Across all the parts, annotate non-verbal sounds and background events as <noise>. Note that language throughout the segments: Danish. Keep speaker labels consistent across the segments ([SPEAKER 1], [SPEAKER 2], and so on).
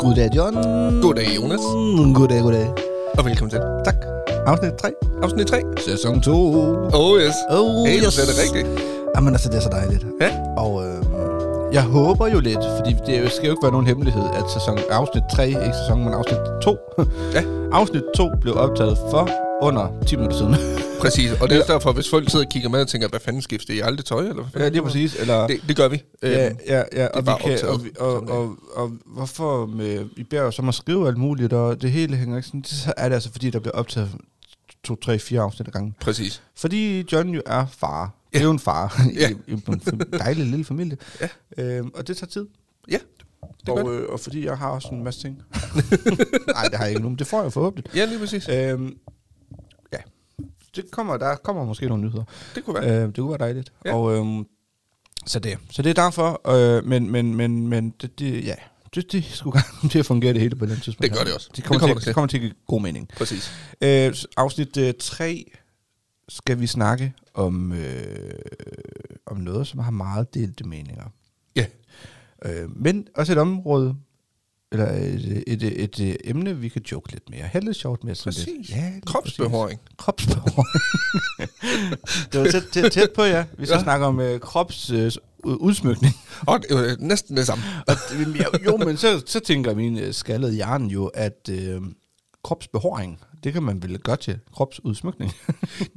[SPEAKER 1] Goddag, John.
[SPEAKER 2] Goddag, Jonas.
[SPEAKER 1] Mm, Goddag, goddag.
[SPEAKER 2] Og velkommen til. Tak.
[SPEAKER 1] Afsnit 3.
[SPEAKER 2] Afsnit 3.
[SPEAKER 1] Sæson 2.
[SPEAKER 2] Oh yes.
[SPEAKER 1] Oh,
[SPEAKER 2] Hey, du sagde det rigtigt.
[SPEAKER 1] Jamen altså, det er så dejligt.
[SPEAKER 2] Ja.
[SPEAKER 1] Og øh, jeg håber jo lidt, fordi det jo- skal jo ikke være nogen hemmelighed, at sæson, afsnit 3, ikke sæson, men afsnit 2.
[SPEAKER 2] Ja.
[SPEAKER 1] <laughs> afsnit 2 blev optaget for under 10 minutter
[SPEAKER 2] <laughs>
[SPEAKER 1] siden.
[SPEAKER 2] Præcis. Og det er også derfor, hvis folk sidder og kigger med og tænker, hvad fanden skifter I aldrig tøj? Eller hvad
[SPEAKER 1] ja,
[SPEAKER 2] fanden?
[SPEAKER 1] lige præcis. Eller,
[SPEAKER 2] Det, det gør vi.
[SPEAKER 1] Ja,
[SPEAKER 2] Øhm,
[SPEAKER 1] ja, ja. Og, vi
[SPEAKER 2] bare
[SPEAKER 1] kan,
[SPEAKER 2] optaget
[SPEAKER 1] og, vi, og,
[SPEAKER 2] som det
[SPEAKER 1] og, og, og hvorfor med, I beder os om at skrive alt muligt, og det hele hænger ikke sådan, så er det altså fordi, der bliver optaget to, tre, fire afsnit ad gangen.
[SPEAKER 2] Præcis.
[SPEAKER 1] Fordi John jo er far. <laughs> Ja. Det er jo en far
[SPEAKER 2] Ja.
[SPEAKER 1] i, i en dejlig lille familie. Ja. Øhm, og det tager tid.
[SPEAKER 2] Ja. Det gør
[SPEAKER 1] og, øh, og fordi jeg har også en masse ting. <laughs> Nej, det har jeg ikke nu, men det får jeg forhåbentlig.
[SPEAKER 2] Ja, lige præcis.
[SPEAKER 1] Øhm, ja, det kommer, der kommer måske nogle nyheder.
[SPEAKER 2] Det kunne være.
[SPEAKER 1] Øh, det kunne være dejligt.
[SPEAKER 2] Ja.
[SPEAKER 1] Ja. Og, øhm, så, det, så det er derfor, øh, men, men, men, men det, det, ja, det, det skulle <laughs> gerne til at fungere det hele på den tidspunkt.
[SPEAKER 2] Det gør
[SPEAKER 1] her.
[SPEAKER 2] det også.
[SPEAKER 1] Det kommer,
[SPEAKER 2] Det kommer
[SPEAKER 1] til,
[SPEAKER 2] det til.
[SPEAKER 1] det kommer til at give god mening.
[SPEAKER 2] Præcis.
[SPEAKER 1] Øh, s- afsnit øh, 3 skal vi snakke om, øh, om noget, som har meget delte meninger.
[SPEAKER 2] Ja.
[SPEAKER 1] Øh, men også et område, eller et, et, et, et øh, emne, vi kan joke lidt mere. Have lidt sjovt med. sådan lidt.
[SPEAKER 2] Præcis.
[SPEAKER 1] Ja, lige
[SPEAKER 2] Kropsbehåring.
[SPEAKER 1] præcis. Kropsbehåring. <laughs> det var tæt, tæt, tæt på, ja. Vi skal
[SPEAKER 2] Ja.
[SPEAKER 1] ja. snakke om øh, krops øh, s- ud- udsmykning.
[SPEAKER 2] Og det er jo næsten det samme.
[SPEAKER 1] <laughs> Og det- ja, jo, men så, så tænker min øh, skaldede hjerne jo, at øh, kropsbehåring, det kan man vel godt til kropsudsmykning.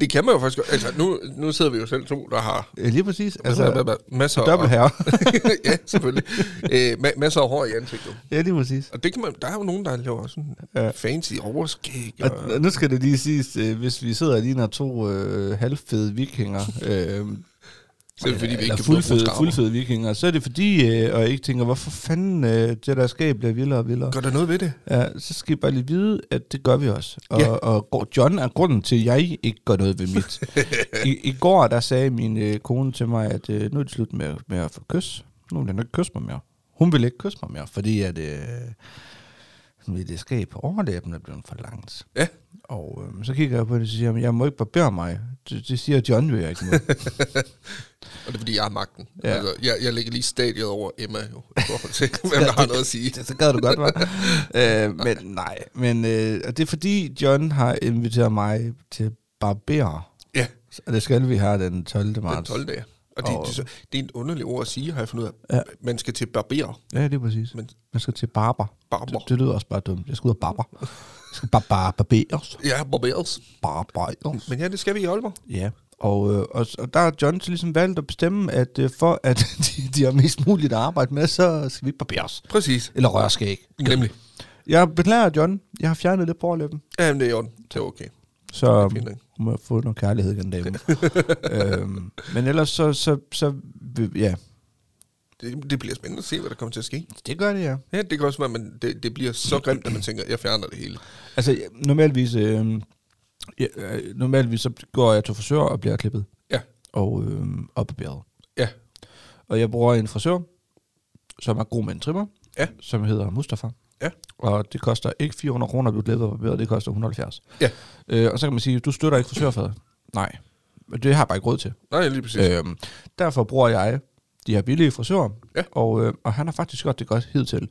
[SPEAKER 2] Det kan man jo faktisk gøre. Altså, nu, nu sidder vi jo selv to, der har
[SPEAKER 1] Ja, Øh, Lige præcis. Altså,
[SPEAKER 2] altså, masser af...
[SPEAKER 1] dobbelt herre.
[SPEAKER 2] <laughs> ja, selvfølgelig. Øh, ma- masser af hår i ansigtet.
[SPEAKER 1] ja, lige præcis.
[SPEAKER 2] Og det kan man, der er jo nogen, der laver sådan ja.
[SPEAKER 1] Ja.
[SPEAKER 2] fancy overskæg. Og,
[SPEAKER 1] Og nu skal det lige siges, øh, hvis vi sidder og ligner to øh, halvfede vikinger, øh,
[SPEAKER 2] så er det fordi, vi ikke
[SPEAKER 1] eller
[SPEAKER 2] kan bruge
[SPEAKER 1] fuldfede,
[SPEAKER 2] skarver.
[SPEAKER 1] fuldfede vikinger, så er det fordi, øh, og jeg ikke tænker, hvorfor fanden øh, det der skab bliver vildere og vildere.
[SPEAKER 2] Gør der noget ved det?
[SPEAKER 1] Ja, så skal I bare lige vide, at det gør vi også. Og,
[SPEAKER 2] Ja.
[SPEAKER 1] ja. og gr- John er grunden til, at jeg ikke gør noget ved mit. I, I går, der sagde min øh, kone til mig, at øh, nu er det slut med, med at få kys. Nu vil han ikke kysse mig mere. Hun vil ikke kysse mig mere, fordi at, øh, mit øh, skab på overlæben er blevet for langt.
[SPEAKER 2] Ja.
[SPEAKER 1] Og øh, så kigger jeg på det og siger, at jeg må ikke barbere mig. Det, det siger John jo, jeg ikke må.
[SPEAKER 2] Og det er, fordi jeg har magten. Ja.
[SPEAKER 1] Ja.
[SPEAKER 2] Altså, jeg, jeg lægger lige stadiet over Emma, jo, i forhold
[SPEAKER 1] <laughs>
[SPEAKER 2] til, hvem der har noget at sige.
[SPEAKER 1] Det, så gad du godt, var. øh, men nej, men øh, og det er fordi, John har inviteret mig til barberer.
[SPEAKER 2] Ja,
[SPEAKER 1] Og det skal vi have den 12. marts.
[SPEAKER 2] den 12. dag. Og det,
[SPEAKER 1] Og-
[SPEAKER 2] det, det, det er en underlig ord at sige, har jeg fundet ud af. Ja.
[SPEAKER 1] Ja.
[SPEAKER 2] Man skal til barber.
[SPEAKER 1] Ja, det er præcis.
[SPEAKER 2] Men-
[SPEAKER 1] Men man skal til barber.
[SPEAKER 2] Barber.
[SPEAKER 1] Det, det lyder også bare dumt. Jeg skal ud og barber. Jeg skal bare bar- barberes.
[SPEAKER 2] Ja, barberes.
[SPEAKER 1] Barberes.
[SPEAKER 2] Men ja, det skal vi i Aalborg.
[SPEAKER 1] Ja. Og, øh, og, og der har John så ligesom valgt at bestemme, at øh, for at <laughs> de, de har mest muligt at arbejde med, så skal vi ikke barberes.
[SPEAKER 2] Præcis.
[SPEAKER 1] Eller rørskæg.
[SPEAKER 2] Nemlig.
[SPEAKER 1] Jeg beklager, John. Jeg har fjernet lidt på overlæben.
[SPEAKER 2] Jamen, det er i orden. Det er okay.
[SPEAKER 1] Så
[SPEAKER 2] fint nok.
[SPEAKER 1] hun må få noget kærlighed igen dag.
[SPEAKER 2] <laughs>
[SPEAKER 1] øhm, men ellers så, så, så, ja,
[SPEAKER 2] Det, det bliver spændende at se, hvad der kommer til at ske.
[SPEAKER 1] det gør det, ja.
[SPEAKER 2] Ja, det kan også være, at det, det bliver så grimt, at man tænker, jeg fjerner det hele.
[SPEAKER 1] Altså, jeg- normalvis, øh, ja, øh, normalvis så går jeg til frisør og bliver klippet
[SPEAKER 2] Ja,
[SPEAKER 1] og øh, opbarberet.
[SPEAKER 2] ja.
[SPEAKER 1] Og jeg bruger en frisør, som er god med en trimmer,
[SPEAKER 2] Ja.
[SPEAKER 1] som hedder Mustafa.
[SPEAKER 2] Ja.
[SPEAKER 1] Og det koster ikke 400 kroner at blive klippet og barberet, det koster 170.
[SPEAKER 2] Ja.
[SPEAKER 1] Øh, og så kan man sige, du støtter ikke frisørfaget. Nej, men det har jeg bare ikke råd til.
[SPEAKER 2] Nej, lige præcis. Øh.
[SPEAKER 1] Øhm, derfor bruger jeg de her billige frisører,
[SPEAKER 2] Ja.
[SPEAKER 1] og, øh, og han har faktisk godt det godt hidtil. Nu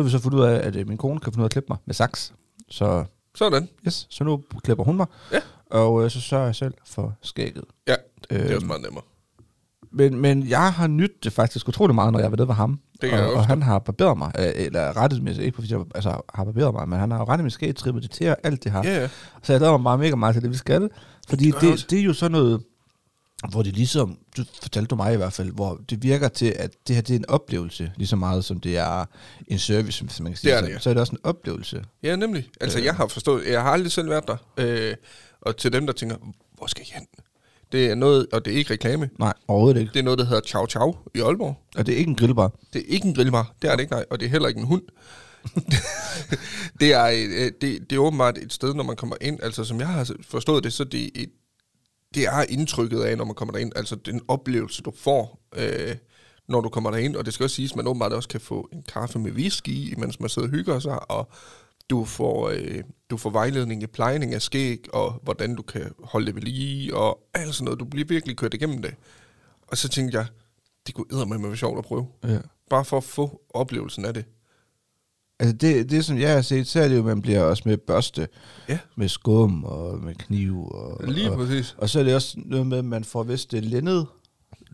[SPEAKER 1] har vi så fundet ud af, at øh, min kone kan finde ud af at klippe mig med saks, så
[SPEAKER 2] Sådan.
[SPEAKER 1] Yes, så nu klipper hun mig,
[SPEAKER 2] Ja.
[SPEAKER 1] og øh, så sørger jeg selv for skægget.
[SPEAKER 2] Ja, det er også
[SPEAKER 1] Øhm,
[SPEAKER 2] meget nemmere.
[SPEAKER 1] men, men jeg har nydt det faktisk utrolig meget, når jeg var nede ved ham.
[SPEAKER 2] Det kan jeg
[SPEAKER 1] og,
[SPEAKER 2] også
[SPEAKER 1] og han har barberet mig, øh, eller rettet mig, ikke fordi jeg altså, har barberet mig, men han har jo rettet mit skæg, trippet det til og alt det her.
[SPEAKER 2] Ja, ja.
[SPEAKER 1] Så jeg glæder mig bare mega meget til det, vi skal. Fordi
[SPEAKER 2] gør jeg også.
[SPEAKER 1] det, det er jo sådan noget, hvor det ligesom, du fortalte du mig i hvert fald, hvor det virker til, at det her det er en oplevelse, lige så meget som det er en service, hvis man kan sige.
[SPEAKER 2] Det er
[SPEAKER 1] så,
[SPEAKER 2] det, ja.
[SPEAKER 1] så er det også en oplevelse.
[SPEAKER 2] Ja, nemlig. Altså, øh. jeg har forstået, jeg har aldrig selv været der. Øh, og til dem, der tænker, hvor skal jeg hen? Det er noget, og det er ikke reklame.
[SPEAKER 1] Nej, overhovedet ikke.
[SPEAKER 2] Det er noget, der hedder Chow Chow i Aalborg.
[SPEAKER 1] Og det er ikke en grillbar.
[SPEAKER 2] Det er ikke en grillbar, det er det ikke, nej. Og det er heller ikke en hund. <laughs> det, er, øh, det, det er åbenbart et sted, når man kommer ind. Altså, som jeg har forstået det, så det er et, det er indtrykket af, når man kommer derind. Altså, den oplevelse, du får, øh, når du kommer derind. Og det skal også siges, at man åbenbart også kan få en kaffe med whisky, i, mens man sidder og hygger sig. Og du får, øh, du får vejledning i plejning af skæg, og hvordan du kan holde det ved lige, og alt sådan noget. Du bliver virkelig kørt igennem det. Og så tænkte jeg, det kunne eddermame være sjovt at prøve.
[SPEAKER 1] Ja.
[SPEAKER 2] Bare for at få oplevelsen af det.
[SPEAKER 1] Altså det, det som jeg har set, så er det jo, at man bliver også med børste,
[SPEAKER 2] Ja.
[SPEAKER 1] med skum og med kniv. Og,
[SPEAKER 2] Lige
[SPEAKER 1] og,
[SPEAKER 2] præcis.
[SPEAKER 1] og så er det også noget med, at man får vist det lændet,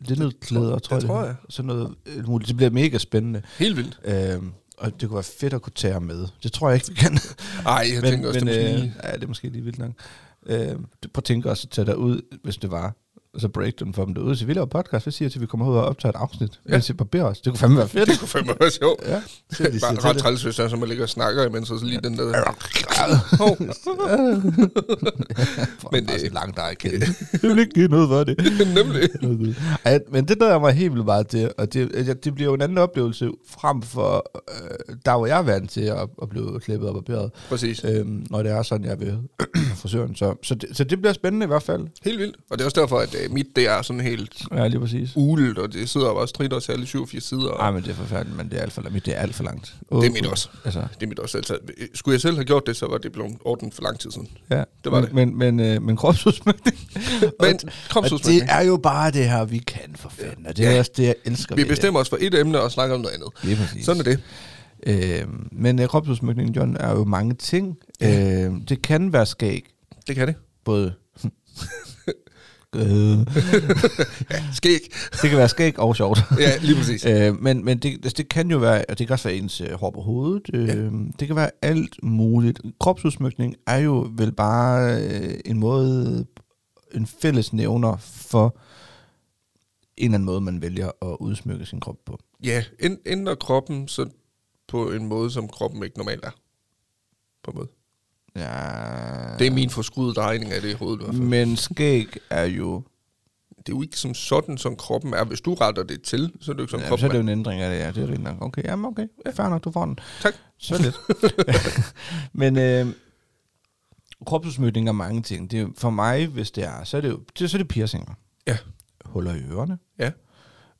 [SPEAKER 1] lændet klæder, tror jeg.
[SPEAKER 2] tror
[SPEAKER 1] det
[SPEAKER 2] jeg.
[SPEAKER 1] hedder. Sådan noget, alt muligt. det bliver mega spændende.
[SPEAKER 2] Helt vildt.
[SPEAKER 1] Øhm, og det kunne være fedt at kunne tage ham med. Det tror jeg ikke, vi kan. <laughs>
[SPEAKER 2] Ej, jeg men, tænker også, det er måske
[SPEAKER 1] øh,
[SPEAKER 2] lige... <laughs>
[SPEAKER 1] ja, det er måske lige vildt nok. Øh, du- prøv at tænke også at tage dig ud, hvis det var. Og så break den for dem derude. Så vi laver podcast, hvad siger jeg til, at vi kommer ud og optager et afsnit? Ja.
[SPEAKER 2] Ja.
[SPEAKER 1] Mens I barberer os. Det kunne fandme være fedt.
[SPEAKER 2] Det kunne fandme være sjovt.
[SPEAKER 1] Ja, <laughs> så
[SPEAKER 2] Det
[SPEAKER 1] de siger
[SPEAKER 2] er bare
[SPEAKER 1] til
[SPEAKER 2] ret
[SPEAKER 1] det.
[SPEAKER 2] træls, hvis der er, som man ligger og snakker imens, og så lige den der... <laughs> Hov.
[SPEAKER 1] <laughs> Men
[SPEAKER 2] Men,
[SPEAKER 1] det er
[SPEAKER 2] øh,
[SPEAKER 1] langt dig, kæde. <laughs> det vil ikke give noget for det.
[SPEAKER 2] Nemlig.
[SPEAKER 1] Ej, men det der mig helt vildt meget til, og det, altså, det bliver jo en anden oplevelse frem for øh, der, hvor jeg er vant til at, at blive klippet og barberet,
[SPEAKER 2] Præcis.
[SPEAKER 1] øhm, når det er sådan, jeg vil <clears throat> frisøren. Så, så, det, så det bliver spændende i hvert fald.
[SPEAKER 2] Helt vildt. Og det er også derfor, at øh, mit, det er sådan helt
[SPEAKER 1] Ja, lige præcis.
[SPEAKER 2] ulet, og det sidder bare og strider til alle 87 sider. Og
[SPEAKER 1] Nej, men det er forfærdeligt, men det er alt for, mit, det er alt for langt.
[SPEAKER 2] Det er mit også.
[SPEAKER 1] Altså,
[SPEAKER 2] Det er mit også. Altså, øh, skulle jeg selv have gjort det, så var det blevet ordnet for lang tid siden.
[SPEAKER 1] ja.
[SPEAKER 2] Det var det.
[SPEAKER 1] Men, men, men, øh, men kropsudsmykning.
[SPEAKER 2] Men
[SPEAKER 1] Og det
[SPEAKER 2] kropsudsmykning.
[SPEAKER 1] er jo bare det her, vi kan for fanden, og det er
[SPEAKER 2] Ja.
[SPEAKER 1] også det, jeg elsker.
[SPEAKER 2] Vi
[SPEAKER 1] ved det.
[SPEAKER 2] bestemmer os for et emne og snakker om noget andet.
[SPEAKER 1] Lige præcis.
[SPEAKER 2] Sådan er det.
[SPEAKER 1] Øh, men øh, kropsudsmykning, John, er jo mange ting.
[SPEAKER 2] Ja.
[SPEAKER 1] Øh, det kan være skæg,
[SPEAKER 2] Det kan det.
[SPEAKER 1] både... <laughs> Øh,
[SPEAKER 2] Skæg.
[SPEAKER 1] det kan være skæg og
[SPEAKER 2] <laughs>
[SPEAKER 1] sjovt.
[SPEAKER 2] Ja, lige præcis.
[SPEAKER 1] Øh, men men det, altså, det kan jo være, og det kan også være ens øh, hår på hovedet. Øh,
[SPEAKER 2] Ja.
[SPEAKER 1] Det kan være alt muligt. Kropsudsmykning er jo vel bare øh, en måde, en fælles nævner for en eller anden måde, man vælger at udsmykke sin krop på.
[SPEAKER 2] Ja, ind- ændrer kroppen så på en måde, som kroppen ikke normalt er. På en måde.
[SPEAKER 1] Ja,
[SPEAKER 2] Det er min forskruede drejning af det i hovedet i hvert fald.
[SPEAKER 1] Men skæg er jo...
[SPEAKER 2] Det er jo ikke som sådan, som kroppen er. Hvis du retter det til, så er det jo ikke som
[SPEAKER 1] Ja, så
[SPEAKER 2] kroppen
[SPEAKER 1] er det jo
[SPEAKER 2] er.
[SPEAKER 1] en ændring af det, ja. Det er rigtig nok. Okay, jamen okay. Ja, fair nok, du får den.
[SPEAKER 2] Tak.
[SPEAKER 1] Så lidt.
[SPEAKER 2] <laughs>
[SPEAKER 1] Men øh, kropsudsmykning er mange ting. Det er, jo- for mig, hvis det er, så er det jo det, så er det piercinger.
[SPEAKER 2] Ja.
[SPEAKER 1] Huller i ørerne.
[SPEAKER 2] Ja.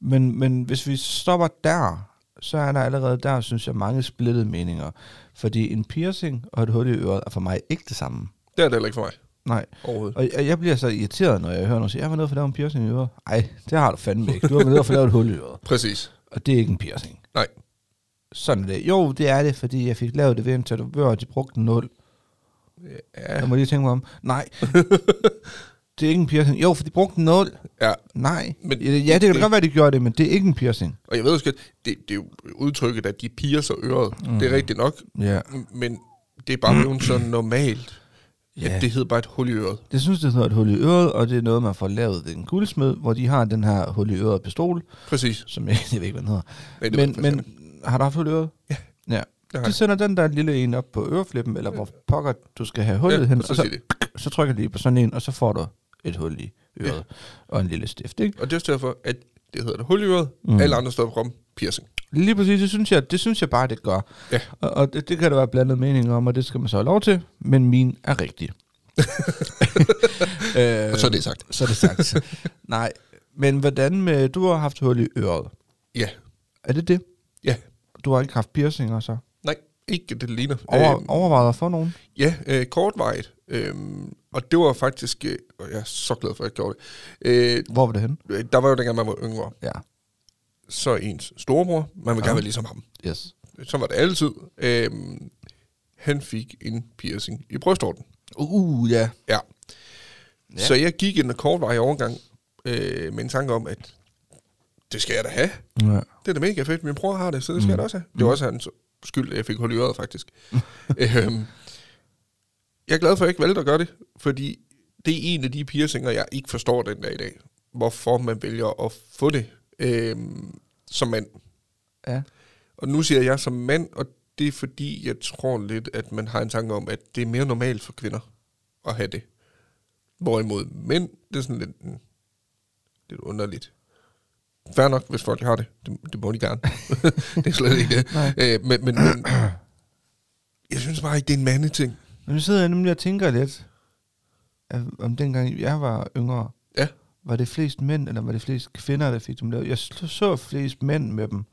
[SPEAKER 1] Men, men hvis vi stopper der, så er der allerede der, synes jeg, mange splittede meninger. Fordi en piercing og et hul i øret er for mig ikke det samme.
[SPEAKER 2] Det er det heller ikke for mig
[SPEAKER 1] Nej,
[SPEAKER 2] overhovedet.
[SPEAKER 1] og jeg, jeg bliver så irriteret, når jeg hører nogen sige, jeg var nede for at lave en piercing i øret. Ej, det har du fandme ikke. Du har været nede for at lave et hul i øret.
[SPEAKER 2] Præcis.
[SPEAKER 1] Og det er ikke en piercing.
[SPEAKER 2] Nej.
[SPEAKER 1] Sådan er det. Jo, det er det, fordi jeg fik lavet det ved en tatovør, og de brugte en nul.
[SPEAKER 2] Ja.
[SPEAKER 1] Jeg må lige tænke mig om.
[SPEAKER 2] <laughs>
[SPEAKER 1] Nej. det er ikke en piercing. Jo, for de brugte en nul.
[SPEAKER 2] ja.
[SPEAKER 1] Nej. Men,
[SPEAKER 2] Men-
[SPEAKER 1] ja, det kan da godt være, de gjorde det, men det er ikke en piercing.
[SPEAKER 2] Og jeg ved også, godt, det, det er jo udtrykket, at de piger så øret. Mm. Det er rigtigt nok,
[SPEAKER 1] Ja.
[SPEAKER 2] men det er bare blevet
[SPEAKER 1] <clears throat>
[SPEAKER 2] så normalt,
[SPEAKER 1] Ja.
[SPEAKER 2] at det hedder bare et hul i øret.
[SPEAKER 1] Det synes, det hedder et hul i øret, og det er noget, man får lavet ved en guldsmed, hvor de har den her hul i øret pistol,
[SPEAKER 2] Præcis.
[SPEAKER 1] som jeg, <laughs> jeg ved ikke, hvad den hedder.
[SPEAKER 2] Nej, det ved jeg
[SPEAKER 1] men,
[SPEAKER 2] faktisk
[SPEAKER 1] men har du haft hul i øret? Ja. ja.
[SPEAKER 2] Det har
[SPEAKER 1] De
[SPEAKER 2] jeg.
[SPEAKER 1] sender den der lille en op på øreflippen, eller hvor pokker du skal have hullet
[SPEAKER 2] Ja,
[SPEAKER 1] hen, altså-
[SPEAKER 2] og så siger de.
[SPEAKER 1] så trykker de lige på sådan en, og så får du et hul i øret, og en lille stift, ikke?
[SPEAKER 2] Og det er også derfor, at det hedder det hul i øret. Mm. Alle andre står på rom. Piercing.
[SPEAKER 1] Lige præcis, det synes jeg, det synes jeg bare, det gør.
[SPEAKER 2] Ja.
[SPEAKER 1] Og, og det, det kan der være blandet meninger om, og det skal man så have lov til, men min er
[SPEAKER 2] <laughs>
[SPEAKER 1] rigtig. øh,
[SPEAKER 2] Og så er det sagt.
[SPEAKER 1] så er det sagt. Nej, men hvordan med, du har haft hul i øret.
[SPEAKER 2] Ja.
[SPEAKER 1] Er det det?
[SPEAKER 2] Ja.
[SPEAKER 1] Du har ikke haft piercinger så?
[SPEAKER 2] Nej, ikke det ligner.
[SPEAKER 1] Over,
[SPEAKER 2] Øhm,
[SPEAKER 1] overvejet at få nogen?
[SPEAKER 2] Ja, øh, kortvarigt. Øhm, og det var faktisk... Øh, og jeg er så glad for, at jeg gjorde det. Øh,
[SPEAKER 1] Hvor var det henne?
[SPEAKER 2] øh, der var jo dengang, man var yngre.
[SPEAKER 1] Ja.
[SPEAKER 2] Så ens storebror, man vil
[SPEAKER 1] Ja.
[SPEAKER 2] gerne være ligesom ham.
[SPEAKER 1] Yes.
[SPEAKER 2] Så var det altid. Øhm, han fik en piercing i brystorten.
[SPEAKER 1] Uh, ja.
[SPEAKER 2] Ja.
[SPEAKER 1] Ja.
[SPEAKER 2] ja. Så jeg gik en kortvarig overgang øh, med en tanke om, at det skal jeg da have.
[SPEAKER 1] ja.
[SPEAKER 2] Det er da mega fedt. Min bror har det, så det skal mm. jeg da også have. Det var også hans skyld, at jeg fik hul i øret, faktisk. <laughs> øhm, jeg er glad for, at jeg ikke valgte at gøre det, fordi det er en af de piercinger, jeg ikke forstår den dag i dag. Hvorfor man vælger at få det øhm, som mand.
[SPEAKER 1] Ja.
[SPEAKER 2] Og nu siger jeg som mand, og det er fordi, jeg tror lidt, at man har en tanke om, at det er mere normalt for kvinder at have det. Hvorimod mænd, det er sådan lidt, mm, lidt underligt. Fair nok, hvis folk har det. Det, det må de gerne. <laughs> det er slet ikke det.
[SPEAKER 1] Nej.
[SPEAKER 2] Øh, men, men, men jeg synes bare ikke, det er en mandeting.
[SPEAKER 1] Men nu sidder jeg nemlig og tænker lidt, øh, om dengang jeg var yngre,
[SPEAKER 2] Ja.
[SPEAKER 1] var det flest mænd, eller var det flest kvinder, der fik dem lavet? Jeg så, så flest mænd med dem.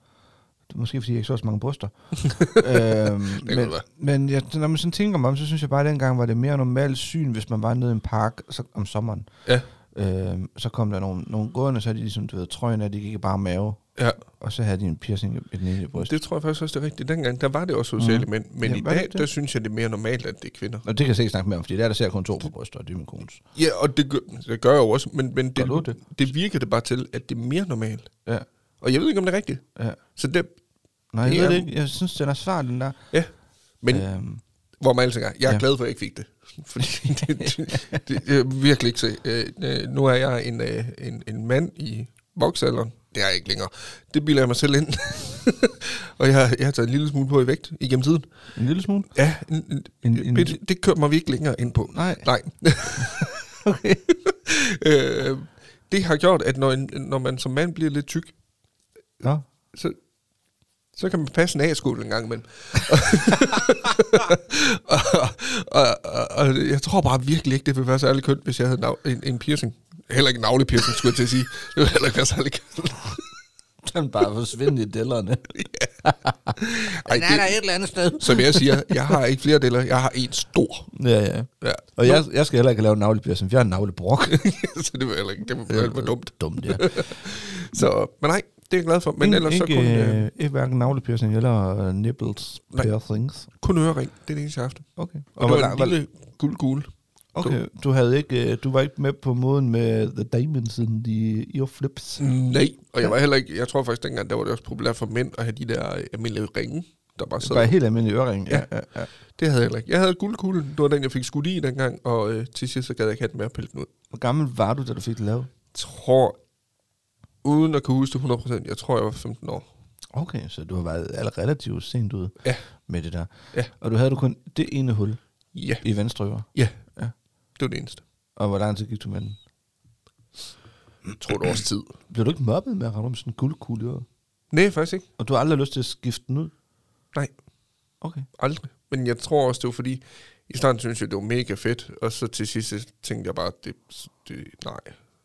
[SPEAKER 1] Det er måske, fordi jeg ikke så så mange bryster.
[SPEAKER 2] <laughs>
[SPEAKER 1] øhm,
[SPEAKER 2] kan
[SPEAKER 1] men,
[SPEAKER 2] godt være.
[SPEAKER 1] men jeg, når man sådan tænker mig om, så synes jeg bare, at dengang var det mere normalt syn, hvis man var nede i en park så, om sommeren.
[SPEAKER 2] Ja.
[SPEAKER 1] Øhm, så kom der nogle, nogle gående, så havde de ligesom, du ved, trøjen af, de gik i bare mave.
[SPEAKER 2] Ja.
[SPEAKER 1] og så havde de en piercing i den ene bryst.
[SPEAKER 2] Det tror jeg faktisk også, det er rigtigt. Dengang, der var det også sociale mm. mænd, men
[SPEAKER 1] Ja,
[SPEAKER 2] i
[SPEAKER 1] var det
[SPEAKER 2] dag,
[SPEAKER 1] det?
[SPEAKER 2] der synes jeg, det er mere normalt, at det er kvinder.
[SPEAKER 1] Og det kan jeg slet ikke snakke mere om, fordi der, er der ser jeg kun to på bryster, og det er min kones.
[SPEAKER 2] Ja, og det gør, det gør jeg jo også, men, men
[SPEAKER 1] Gør du
[SPEAKER 2] det,
[SPEAKER 1] det?
[SPEAKER 2] det virker det bare til, at det er mere normalt.
[SPEAKER 1] Ja,
[SPEAKER 2] Og jeg ved ikke, om det er rigtigt.
[SPEAKER 1] ja.
[SPEAKER 2] Så det,
[SPEAKER 1] Nej, jeg
[SPEAKER 2] Det
[SPEAKER 1] ved
[SPEAKER 2] er-
[SPEAKER 1] det ikke. Jeg synes, den er svær, den der.
[SPEAKER 2] ja. Men øh.
[SPEAKER 1] Øhm,
[SPEAKER 2] hvor man altså er, jeg er
[SPEAKER 1] Ja.
[SPEAKER 2] ja. glad for, at jeg ikke fik det. <laughs> Fordi det, det, det, det er virkelig ikke se. Øh, øh, nu er jeg en, øh, en, en mand i voksalderen. Det er jeg ikke længere. Det bilder jeg mig selv ind. <laughs> og jeg, har- jeg har taget en lille smule på i vægt igennem tiden.
[SPEAKER 1] en lille smule.
[SPEAKER 2] Ja, en, en,
[SPEAKER 1] En- en-
[SPEAKER 2] en, det, det kører mig vi ikke længere ind på.
[SPEAKER 1] Nej. <laughs>
[SPEAKER 2] Nej. okay. <laughs> øh, det har gjort, at når, en, når man som mand bliver lidt tyk,
[SPEAKER 1] Nå.
[SPEAKER 2] så, så kan man passe en A-skole en
[SPEAKER 1] <laughs>
[SPEAKER 2] gang imellem. og, og, og, og, jeg tror bare virkelig ikke, det ville være særlig kønt, hvis jeg havde nav- en, en piercing. Heller ikke en navle piercing, skulle jeg til at sige. Det ville heller ikke være særlig kønt.
[SPEAKER 1] Den bare forsvinde i <laughs> dællerne.
[SPEAKER 2] Ej, det,
[SPEAKER 1] et eller andet sted.
[SPEAKER 2] som jeg siger, jeg har ikke flere deler, jeg har en stor.
[SPEAKER 1] Ja, ja.
[SPEAKER 2] Ja.
[SPEAKER 1] Og jeg, jeg skal heller ikke lave en navlepiercing, for jeg har en navlebrok.
[SPEAKER 2] <laughs> så det var heller ikke, det var, det var dumt.
[SPEAKER 1] Dumt, ja.
[SPEAKER 2] Så, men nej, det er jeg glad for. <laughs> Men
[SPEAKER 1] Ikke-
[SPEAKER 2] ellers så
[SPEAKER 1] ikke,
[SPEAKER 2] kun, øh,
[SPEAKER 1] Øh, ikke hverken navlepiercing eller øh, nipples
[SPEAKER 2] Nej.
[SPEAKER 1] piercings.
[SPEAKER 2] kun ørering, det er det eneste, jeg har haft.
[SPEAKER 1] Okay.
[SPEAKER 2] Og, og
[SPEAKER 1] hvor
[SPEAKER 2] det var
[SPEAKER 1] lang-
[SPEAKER 2] en
[SPEAKER 1] hvor-
[SPEAKER 2] lille guldkugle.
[SPEAKER 1] Okay, du, havde ikke, øh, du var ikke med på moden med The Diamonds in the Earflips.
[SPEAKER 2] Nej, og jeg var heller ikke, jeg tror faktisk dengang, der var det også populært for mænd at have de der øh, almindelige ringe, der bare
[SPEAKER 1] Det var
[SPEAKER 2] sad.
[SPEAKER 1] helt almindelig ørering.
[SPEAKER 2] Ja. Det havde jeg heller ikke. Jeg havde guldkuglen, det var den, jeg fik skudt i dengang, og øh, til sidst så gad jeg ikke have den mere at pille den ud.
[SPEAKER 1] Hvor gammel var du, da du fik det lavet?
[SPEAKER 2] Tror, uden at kunne huske det 100%, jeg tror, jeg var 15 år.
[SPEAKER 1] Okay, så du har været alle relativt sent ude
[SPEAKER 2] Ja.
[SPEAKER 1] med det der.
[SPEAKER 2] Ja.
[SPEAKER 1] Og du havde du kun det ene hul
[SPEAKER 2] Ja,
[SPEAKER 1] i venstre øre.
[SPEAKER 2] ja,
[SPEAKER 1] Ja.
[SPEAKER 2] det var det eneste.
[SPEAKER 1] Og hvor lang tid gik du med den?
[SPEAKER 2] Jeg tror, det var års tid.
[SPEAKER 1] Blev du ikke mobbet med at ramme om sådan en guldkugle i øret?
[SPEAKER 2] Nej, faktisk ikke.
[SPEAKER 1] Og du har aldrig lyst til at skifte den ud?
[SPEAKER 2] Nej,
[SPEAKER 1] Okay.
[SPEAKER 2] aldrig. Men jeg tror også, det var fordi, i starten synes jeg, det var mega fedt, og så til sidst så tænkte jeg bare, det, det, nej,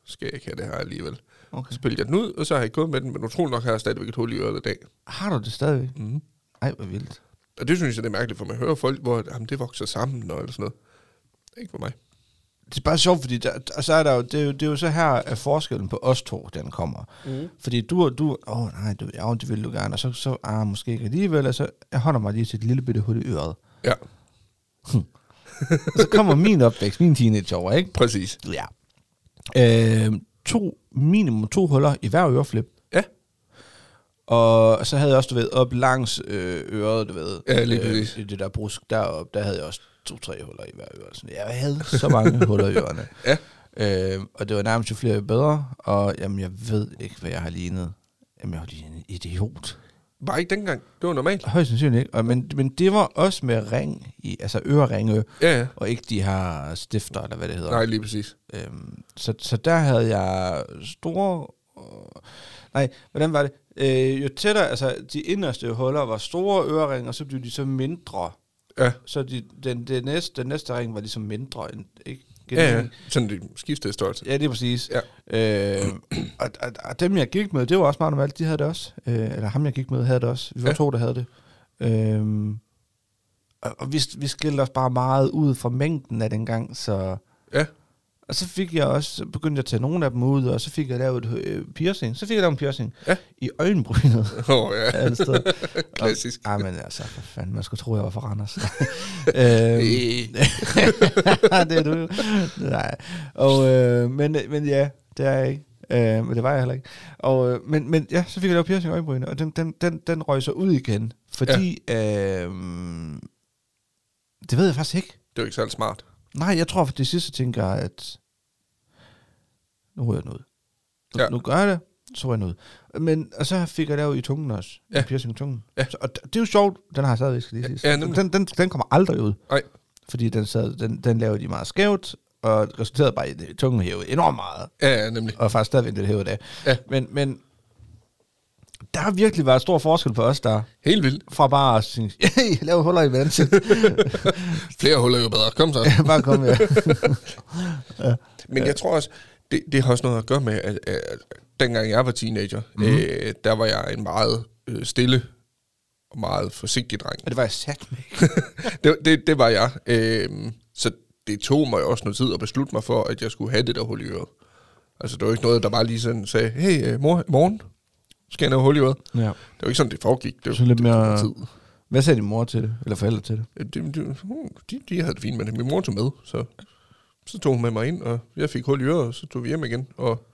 [SPEAKER 2] skal jeg ikke have det her alligevel.
[SPEAKER 1] okay.
[SPEAKER 2] Så pillede jeg den ud, og så har jeg ikke gået med den, men utrolig nok har jeg stadigvæk et hul i øret i dag.
[SPEAKER 1] Har du det stadigvæk?
[SPEAKER 2] Mm.
[SPEAKER 1] Ej, hvor vildt.
[SPEAKER 2] Og det synes jeg, det er mærkeligt, for man hører folk, hvor jamen, det vokser sammen og eller sådan noget. Ikke for mig.
[SPEAKER 1] Det er bare sjovt, fordi der, der, så er der jo, det, er jo, det er jo så her, at forskellen på os to, den kommer. Mm. Fordi du og du, åh oh, nej, du, ja, det vil du gerne, og så, så ah, måske ikke alligevel, og så jeg holder mig lige til et lille bitte hul i øret.
[SPEAKER 2] Ja,
[SPEAKER 1] Og så kommer min opvækst, min teenageover, ikke?
[SPEAKER 2] præcis.
[SPEAKER 1] Ja. Øh, to, minimum to huller i hver øreflip.
[SPEAKER 2] Ja.
[SPEAKER 1] Og så havde jeg også, du ved, op langs øh, øret, du ved.
[SPEAKER 2] Ja, lige præcis.
[SPEAKER 1] Øh, I det der brusk deroppe, der havde jeg også to-tre huller i hver øre. Sådan, jeg havde så
[SPEAKER 2] <laughs>
[SPEAKER 1] mange huller i ørerne.
[SPEAKER 2] Ja.
[SPEAKER 1] Øh, og det var nærmest jo flere jo bedre, og jamen, jeg ved ikke, hvad jeg har lignet. Jamen, jeg har lignet en idiot.
[SPEAKER 2] Bare ikke dengang. Det var normalt.
[SPEAKER 1] Højst sandsynligt ikke. Og, men, men det var også med ring, i, altså øreringe,
[SPEAKER 2] Ja, ja.
[SPEAKER 1] og ikke de her stifter, eller hvad det hedder.
[SPEAKER 2] Nej, lige præcis.
[SPEAKER 1] Øhm, så, så der havde jeg store... Øh, nej, hvordan var det? Øh, jo tættere, altså de inderste huller var store øreringer, og så blev de så mindre.
[SPEAKER 2] Ja,
[SPEAKER 1] Så de, den, den, næste, den næste ring var ligesom mindre. End, ikke?
[SPEAKER 2] ja, ja. Sådan det skiftede størrelse.
[SPEAKER 1] Ja, det er præcis.
[SPEAKER 2] Ja.
[SPEAKER 1] Øh, og, og, og dem, jeg gik med, det var også meget normalt. De havde det også. Øh, eller ham, jeg gik med, havde det også. Vi var ja.
[SPEAKER 2] Ja.
[SPEAKER 1] to, der havde det. Øh, og og vi, vi skilte os bare meget ud fra mængden af dengang, så...
[SPEAKER 2] Ja,
[SPEAKER 1] Og så fik jeg også, så begyndte jeg at tage nogle af dem ud, og så fik jeg lavet øh, piercing. Så fik jeg lavet en piercing
[SPEAKER 2] Ja.
[SPEAKER 1] i øjenbrynet.
[SPEAKER 2] <laughs> åh oh, ja.
[SPEAKER 1] alle steder.
[SPEAKER 2] Klassisk.
[SPEAKER 1] Og, ej, men altså, for fanden, man skulle tro, jeg var fra Randers. <laughs> øhm,
[SPEAKER 2] Øh.
[SPEAKER 1] <laughs> det er du jo. Nej. Og, øh, men, men ja, det er jeg ikke. Øh, men det var jeg heller ikke. Og, øh, men, men ja, så fik jeg lavet piercing i øjenbrynet, og den, den, den, den røg så ud igen. Fordi, ja. øh, det ved jeg faktisk ikke.
[SPEAKER 2] Det var ikke særlig smart.
[SPEAKER 1] Nej, jeg tror for det sidste tænker jeg, at nu rører jeg den ud. Nu, ja.
[SPEAKER 2] Ja.
[SPEAKER 1] nu gør jeg det, så rører jeg den ud. Men, og så fik jeg lavet i tungen også. Ja.
[SPEAKER 2] Ja.
[SPEAKER 1] Piercing i tungen.
[SPEAKER 2] Ja.
[SPEAKER 1] Så, og d- det er jo sjovt, den har jeg stadigvæk, skal jeg lige sige.
[SPEAKER 2] Ja,
[SPEAKER 1] den,
[SPEAKER 2] ja,
[SPEAKER 1] den,
[SPEAKER 2] nemlig.
[SPEAKER 1] den, den kommer aldrig ud.
[SPEAKER 2] Nej.
[SPEAKER 1] Fordi den, sad, den, den lavede de meget skævt, og resulterede bare i, at tungen hævede enormt meget.
[SPEAKER 2] Ja, ja, nemlig.
[SPEAKER 1] Og faktisk stadigvæk lidt hævet af.
[SPEAKER 2] Ja.
[SPEAKER 1] Men, men der har virkelig været stor forskel på os, der
[SPEAKER 2] Helt vildt.
[SPEAKER 1] fra bare at synes, <laughs> hey, lav huller i mit ansigt. <laughs>
[SPEAKER 2] Flere huller jo bedre. Kom så.
[SPEAKER 1] bare kom
[SPEAKER 2] <laughs>
[SPEAKER 1] med.
[SPEAKER 2] Men jeg tror også, det, det har også noget at gøre med, at, at at dengang jeg var teenager,
[SPEAKER 1] Mhm.
[SPEAKER 2] mm. øh, der var jeg en meget øh, stille og meget forsigtig dreng.
[SPEAKER 1] Og det var jeg sat med.
[SPEAKER 2] <laughs> det, det, det var jeg. Øh, så det tog mig også noget tid at beslutte mig for, at jeg skulle have det der hul i øret. Altså, det var ikke noget, der bare lige sådan sagde, hey, øh, mor, morgen, skal jeg nå hul i øjet.
[SPEAKER 1] Ja.
[SPEAKER 2] Det var ikke sådan, det foregik. Det var,
[SPEAKER 1] Så lidt
[SPEAKER 2] det, var
[SPEAKER 1] mere-
[SPEAKER 2] tid.
[SPEAKER 1] Hvad sagde din mor til det? Eller forældre til det?
[SPEAKER 2] Øh, Det, det, hun- de, de havde det fint med det. Min mor tog med, så, så tog hun med mig ind, og jeg fik hul i øret, og så tog vi hjem igen. Og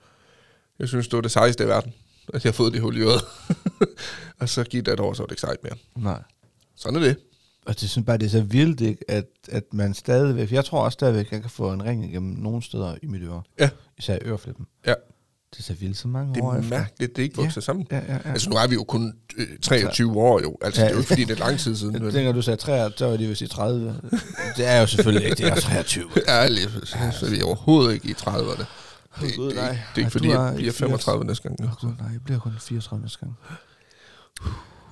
[SPEAKER 2] jeg synes, det var det sejeste i verden, at jeg har fået det hul i øret. <laughs> og så gik der et år, så var det ikke sejt mere.
[SPEAKER 1] Nej.
[SPEAKER 2] Sådan er det.
[SPEAKER 1] Og det synes bare, det er så vildt, ikke? At, at man stadigvæk... for Jeg tror også stadigvæk, jeg kan få en ring igennem nogle steder i mit øre.
[SPEAKER 2] Ja.
[SPEAKER 1] Især i øreflippen.
[SPEAKER 2] Ja.
[SPEAKER 1] Det er så vildt så mange
[SPEAKER 2] Det
[SPEAKER 1] år
[SPEAKER 2] er
[SPEAKER 1] efter.
[SPEAKER 2] mærkeligt, det ikke
[SPEAKER 1] Ja.
[SPEAKER 2] vokser sammen.
[SPEAKER 1] Ja, ja, ja.
[SPEAKER 2] Altså, nu er vi jo kun øh, 23 år jo. Altså,
[SPEAKER 1] Ja.
[SPEAKER 2] det er jo ikke, fordi det er lang
[SPEAKER 1] <laughs>
[SPEAKER 2] tid siden. Men,
[SPEAKER 1] Dengang du sagde 33, så var jeg lige ved at sige
[SPEAKER 2] <laughs>
[SPEAKER 1] 30. Det er jo selvfølgelig ikke, det er 23.
[SPEAKER 2] ærligt, så, så er vi overhovedet ikke i 30'erne. Det, det, det,
[SPEAKER 1] Gud,
[SPEAKER 2] det, det
[SPEAKER 1] nej.
[SPEAKER 2] er ikke,
[SPEAKER 1] Ej,
[SPEAKER 2] fordi
[SPEAKER 1] du er
[SPEAKER 2] jeg
[SPEAKER 1] i
[SPEAKER 2] bliver
[SPEAKER 1] 80.
[SPEAKER 2] 35 næste gang.
[SPEAKER 1] Åh gud, nej, jeg bliver kun 34 næste gang.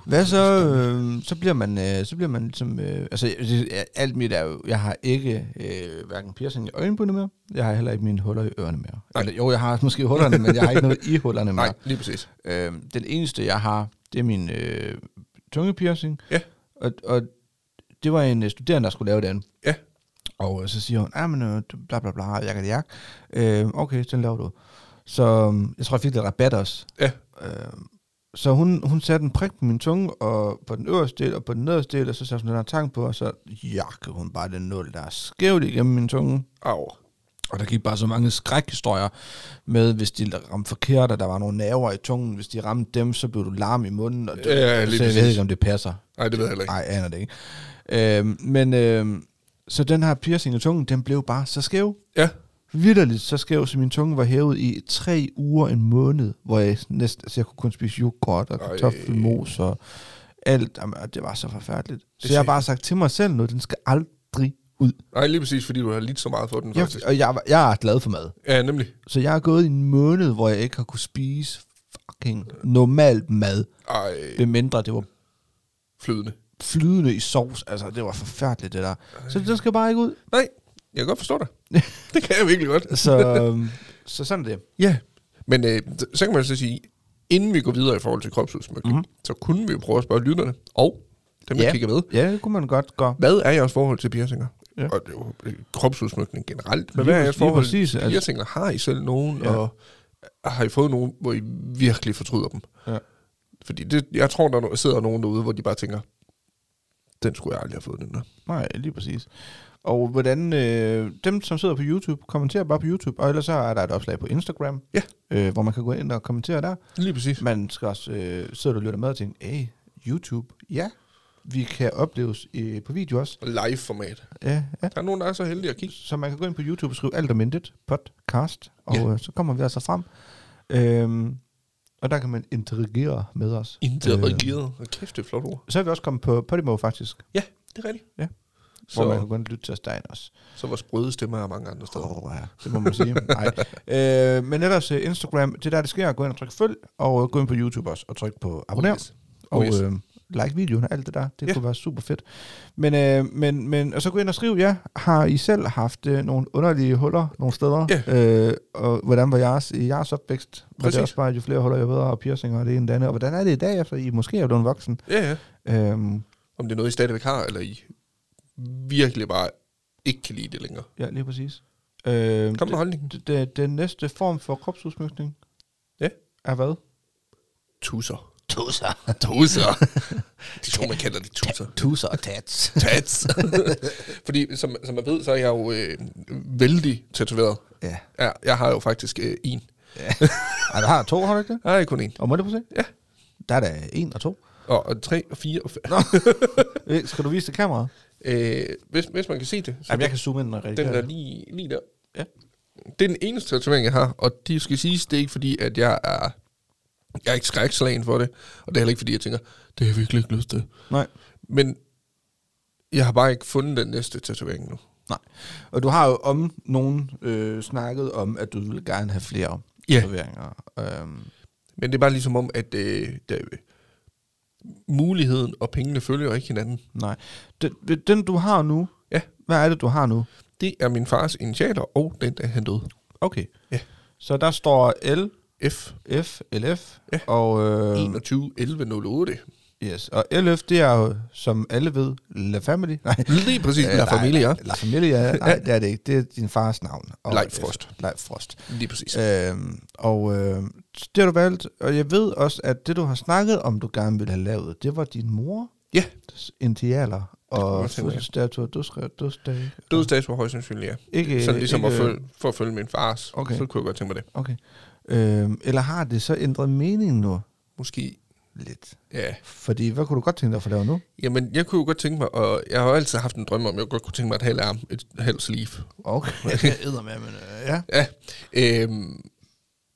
[SPEAKER 1] Hvad så? Øh, så bliver man, øh, så bliver man ligesom, øh, altså det, er- alt mit er jo, jeg har ikke øh, hverken piercing i øjenbrynene mere, jeg har heller ikke mine huller i ørerne mere.
[SPEAKER 2] Nej.
[SPEAKER 1] Eller, jo, jeg har måske hullerne, men jeg har ikke noget i <laughs> hullerne mere.
[SPEAKER 2] Nej, lige præcis.
[SPEAKER 1] Øh, den eneste, jeg har, det er min øh, tungepiercing.
[SPEAKER 2] Ja.
[SPEAKER 1] Og, og det var en øh, studerende, der skulle lave den.
[SPEAKER 2] Ja.
[SPEAKER 1] Og øh, så siger hun, ah, men øh, du- bla bla bla, jeg kan det jak. Øh, okay, den laver du. Så øh, jeg tror, jeg fik lidt rabat også.
[SPEAKER 2] Ja.
[SPEAKER 1] Øh, så hun, hun satte en prik på min tunge, og på den øverste del, og på den nederste del, og så satte hun den her tang på, og så jakkede hun bare den nul, der er skævt igennem min tunge.
[SPEAKER 2] Au.
[SPEAKER 1] Og der gik bare så mange skrækhistorier med, hvis de ramte forkert, og der var nogle nerver i tungen. Hvis de ramte dem, så blev du larm i munden. Og du,
[SPEAKER 2] Ja, lige
[SPEAKER 1] så jeg ved
[SPEAKER 2] præcis.
[SPEAKER 1] ikke, om det passer.
[SPEAKER 2] Nej, det ved jeg heller ikke.
[SPEAKER 1] Nej, jeg aner det ikke. Øhm, men øhm, så den her piercing i tungen, den blev bare så skæv.
[SPEAKER 2] Ja.
[SPEAKER 1] Vitterligt så skæv, så min tunge var hævet i tre uger en måned, hvor jeg næsten, altså jeg kunne kun spise yoghurt og
[SPEAKER 2] Ej.
[SPEAKER 1] kartoffelmos og alt. Jamen, og det var så forfærdeligt. Så
[SPEAKER 2] Det
[SPEAKER 1] jeg har bare sagt til mig selv nu, den skal aldrig ud.
[SPEAKER 2] Nej, lige præcis, fordi du har lidt så meget for den,
[SPEAKER 1] Jeg,
[SPEAKER 2] faktisk.
[SPEAKER 1] og jeg, var- jeg er glad for mad.
[SPEAKER 2] Ja, nemlig.
[SPEAKER 1] Så jeg er gået i en måned, hvor jeg ikke har kunne spise fucking normalt mad,
[SPEAKER 2] Ej,
[SPEAKER 1] det mindre det var
[SPEAKER 2] flydende.
[SPEAKER 1] flydende i sovs. Altså, det var forfærdeligt, det der. Så det skal bare ikke ud.
[SPEAKER 2] Nej, jeg kan godt forstå dig. <laughs> det kan jeg virkelig
[SPEAKER 1] <laughs>
[SPEAKER 2] godt.
[SPEAKER 1] Så, øhm, så sådan er det.
[SPEAKER 2] Ja, men øh, så- så kan man så sige, inden vi går videre i forhold til kropsudsmykning, mm-hmm. så kunne vi jo prøve at spørge lytterne, og dem, der
[SPEAKER 1] Mhm. Ja.
[SPEAKER 2] kigger med,
[SPEAKER 1] Ja, det kunne man godt gøre.
[SPEAKER 2] hvad er jeres forhold til piercinger? Ja.
[SPEAKER 1] Ja.
[SPEAKER 2] Og det er jo øh, kropsudsmykning generelt,
[SPEAKER 1] Lige
[SPEAKER 2] men hvad er
[SPEAKER 1] præ-
[SPEAKER 2] jeres
[SPEAKER 1] lige
[SPEAKER 2] forhold
[SPEAKER 1] præcis,
[SPEAKER 2] til
[SPEAKER 1] altså.
[SPEAKER 2] piercinger? Har I selv nogen, ja.
[SPEAKER 1] Ja.
[SPEAKER 2] og øh, har I fået nogen, hvor I virkelig fortryder dem?
[SPEAKER 1] Ja.
[SPEAKER 2] Fordi det, jeg tror, der no- sidder nogen derude, hvor de bare tænker, den skulle jeg aldrig have fået den der.
[SPEAKER 1] Nej, lige præcis. Og hvordan, øh, dem som sidder på YouTube, kommenter bare på YouTube, og ellers så er der et opslag på Instagram,
[SPEAKER 2] Ja.
[SPEAKER 1] øh, hvor man kan gå ind og kommentere der.
[SPEAKER 2] Lige præcis.
[SPEAKER 1] Man skal også øh, sidde og lytte med og tænke, hey, YouTube, ja, vi kan opleves øh, på video også.
[SPEAKER 2] Live-format.
[SPEAKER 1] Ja, ja.
[SPEAKER 2] Der er nogen, der er så heldige at kigge.
[SPEAKER 1] Så man kan gå ind på YouTube og skrive alt om intet, podcast, og
[SPEAKER 2] Ja.
[SPEAKER 1] ja. øh, så kommer vi altså frem. Øhm, og der kan man interagere med os. Øh,
[SPEAKER 2] Interageret. Øh. Kæft, det er et flot ord.
[SPEAKER 1] så er vi også kommet på Podimo faktisk,
[SPEAKER 2] Ja, det er rigtigt.
[SPEAKER 1] Ja.
[SPEAKER 2] Så,
[SPEAKER 1] så. hvor man kan gå ind og lytte til os derinde også.
[SPEAKER 2] så vores brøde stemmer er mange andre steder.
[SPEAKER 1] Oh, ja. Det må man sige. <laughs> Nej. Øh, men ellers øh, Instagram, det er der det sker, gå ind og tryk følg, og øh, gå ind på YouTube også, og tryk på abonner.
[SPEAKER 2] yes.
[SPEAKER 1] Og
[SPEAKER 2] Oh, yes.
[SPEAKER 1] øh, like videoen og alt det der. Det
[SPEAKER 2] Ja.
[SPEAKER 1] ja. kunne være super fedt. Men, øh, men, men, og så gå ind og skriv, ja, har I selv haft øh, nogle underlige huller nogle steder?
[SPEAKER 2] Ja.
[SPEAKER 1] Øh, og hvordan var jeres, i jeres opvækst? Var
[SPEAKER 2] Præcis.
[SPEAKER 1] det også bare, jo flere huller, jo bedre, og piercinger og det ene og det andet. Og hvordan er det i dag, efter I måske er blevet voksen?
[SPEAKER 2] Ja, ja.
[SPEAKER 1] Øhm,
[SPEAKER 2] Om det er noget, I stadigvæk har, eller I virkelig bare ikke kan lide det længere.
[SPEAKER 1] ja, lige præcis. Øhm,
[SPEAKER 2] Kom med holdningen.
[SPEAKER 1] det, det, den næste form for kropsudsmykning
[SPEAKER 2] Ja.
[SPEAKER 1] er hvad?
[SPEAKER 2] Tusser. Tusser. <laughs> Tusser. De to, man kalder det tusser.
[SPEAKER 1] Tusser og tats.
[SPEAKER 2] Tats. <laughs> Fordi, som, som man ved, så er jeg jo øh, vældig tatoveret.
[SPEAKER 1] <laughs> Ja.
[SPEAKER 2] Ja, jeg har jo faktisk øh, en.
[SPEAKER 1] Ej, du har to, har du ikke det?
[SPEAKER 2] Nej, kun en.
[SPEAKER 1] Og må det på se?
[SPEAKER 2] Ja.
[SPEAKER 1] Der er da en og to.
[SPEAKER 2] Og, og tre, og fire, og fem.
[SPEAKER 1] Øh, Skal du vise det kameraet?
[SPEAKER 2] Øh, hvis, hvis man kan se det. så
[SPEAKER 1] Jamen, jeg kan zoome ind og
[SPEAKER 2] Den
[SPEAKER 1] redigere.
[SPEAKER 2] der
[SPEAKER 1] det.
[SPEAKER 2] lige, lige der.
[SPEAKER 1] Ja.
[SPEAKER 2] Det er den eneste tatovering, jeg har, og det skal siges, det er ikke fordi, at jeg er, jeg er ikke skrækslagen for det, og det er heller ikke fordi, jeg tænker, det har jeg virkelig ikke lyst til.
[SPEAKER 1] Nej.
[SPEAKER 2] Men jeg har bare ikke fundet den næste tatovering nu.
[SPEAKER 1] Nej. Og du har jo om nogen øh, snakket om, at du ville gerne have flere
[SPEAKER 2] Ja.
[SPEAKER 1] serveringer. Øhm,
[SPEAKER 2] Men det er bare ligesom om, at øh, der, muligheden og pengene følger ikke hinanden.
[SPEAKER 1] nej. Den, den, du har nu,
[SPEAKER 2] Ja.
[SPEAKER 1] hvad er det, du har nu?
[SPEAKER 2] Det er min fars initialer, og den er han døde.
[SPEAKER 1] Okay.
[SPEAKER 2] Ja.
[SPEAKER 1] Så der står L,
[SPEAKER 2] F.
[SPEAKER 1] F, LF,
[SPEAKER 2] Ja.
[SPEAKER 1] og... Øh,
[SPEAKER 2] 21 11 08.
[SPEAKER 1] Yes, og LF, det er jo, som alle ved, La Family. Nej,
[SPEAKER 2] Lige præcis,
[SPEAKER 1] Øh,
[SPEAKER 2] La
[SPEAKER 1] nej,
[SPEAKER 2] Familia.
[SPEAKER 1] La Familia,
[SPEAKER 2] <laughs>
[SPEAKER 1] nej, det er det ikke. Det er din fars navn. Og
[SPEAKER 2] Leif Frost.
[SPEAKER 1] Leif Frost.
[SPEAKER 2] Lige præcis.
[SPEAKER 1] Øhm, og øh, det har du valgt, og jeg ved også, at det du har snakket om, du gerne ville have lavet, det var din mor.
[SPEAKER 2] Ja.
[SPEAKER 1] Indialer
[SPEAKER 2] kunne
[SPEAKER 1] og
[SPEAKER 2] godt tænke mig.
[SPEAKER 1] fødselsdatoer, dødsdag, dødsdag.
[SPEAKER 2] Dødsdags var højst sandsynligt, ja.
[SPEAKER 1] Ikke, øh,
[SPEAKER 2] Sådan ligesom at
[SPEAKER 1] ikke-
[SPEAKER 2] følge, for at følge min fars.
[SPEAKER 1] Okay.
[SPEAKER 2] Så kunne jeg godt tænke mig det.
[SPEAKER 1] Okay. Øhm, eller har det så ændret mening nu?
[SPEAKER 2] Måske,
[SPEAKER 1] Lidt.
[SPEAKER 2] ja.
[SPEAKER 1] Fordi, hvad kunne du godt tænke dig at få lavet nu?
[SPEAKER 2] Jamen, jeg kunne jo godt tænke mig, og jeg har jo altid haft en drøm om, at jeg godt kunne tænke mig et halvt arm, et halvt sleeve.
[SPEAKER 1] Okay, jeg æder med, men øh, ja.
[SPEAKER 2] Ja. Øhm,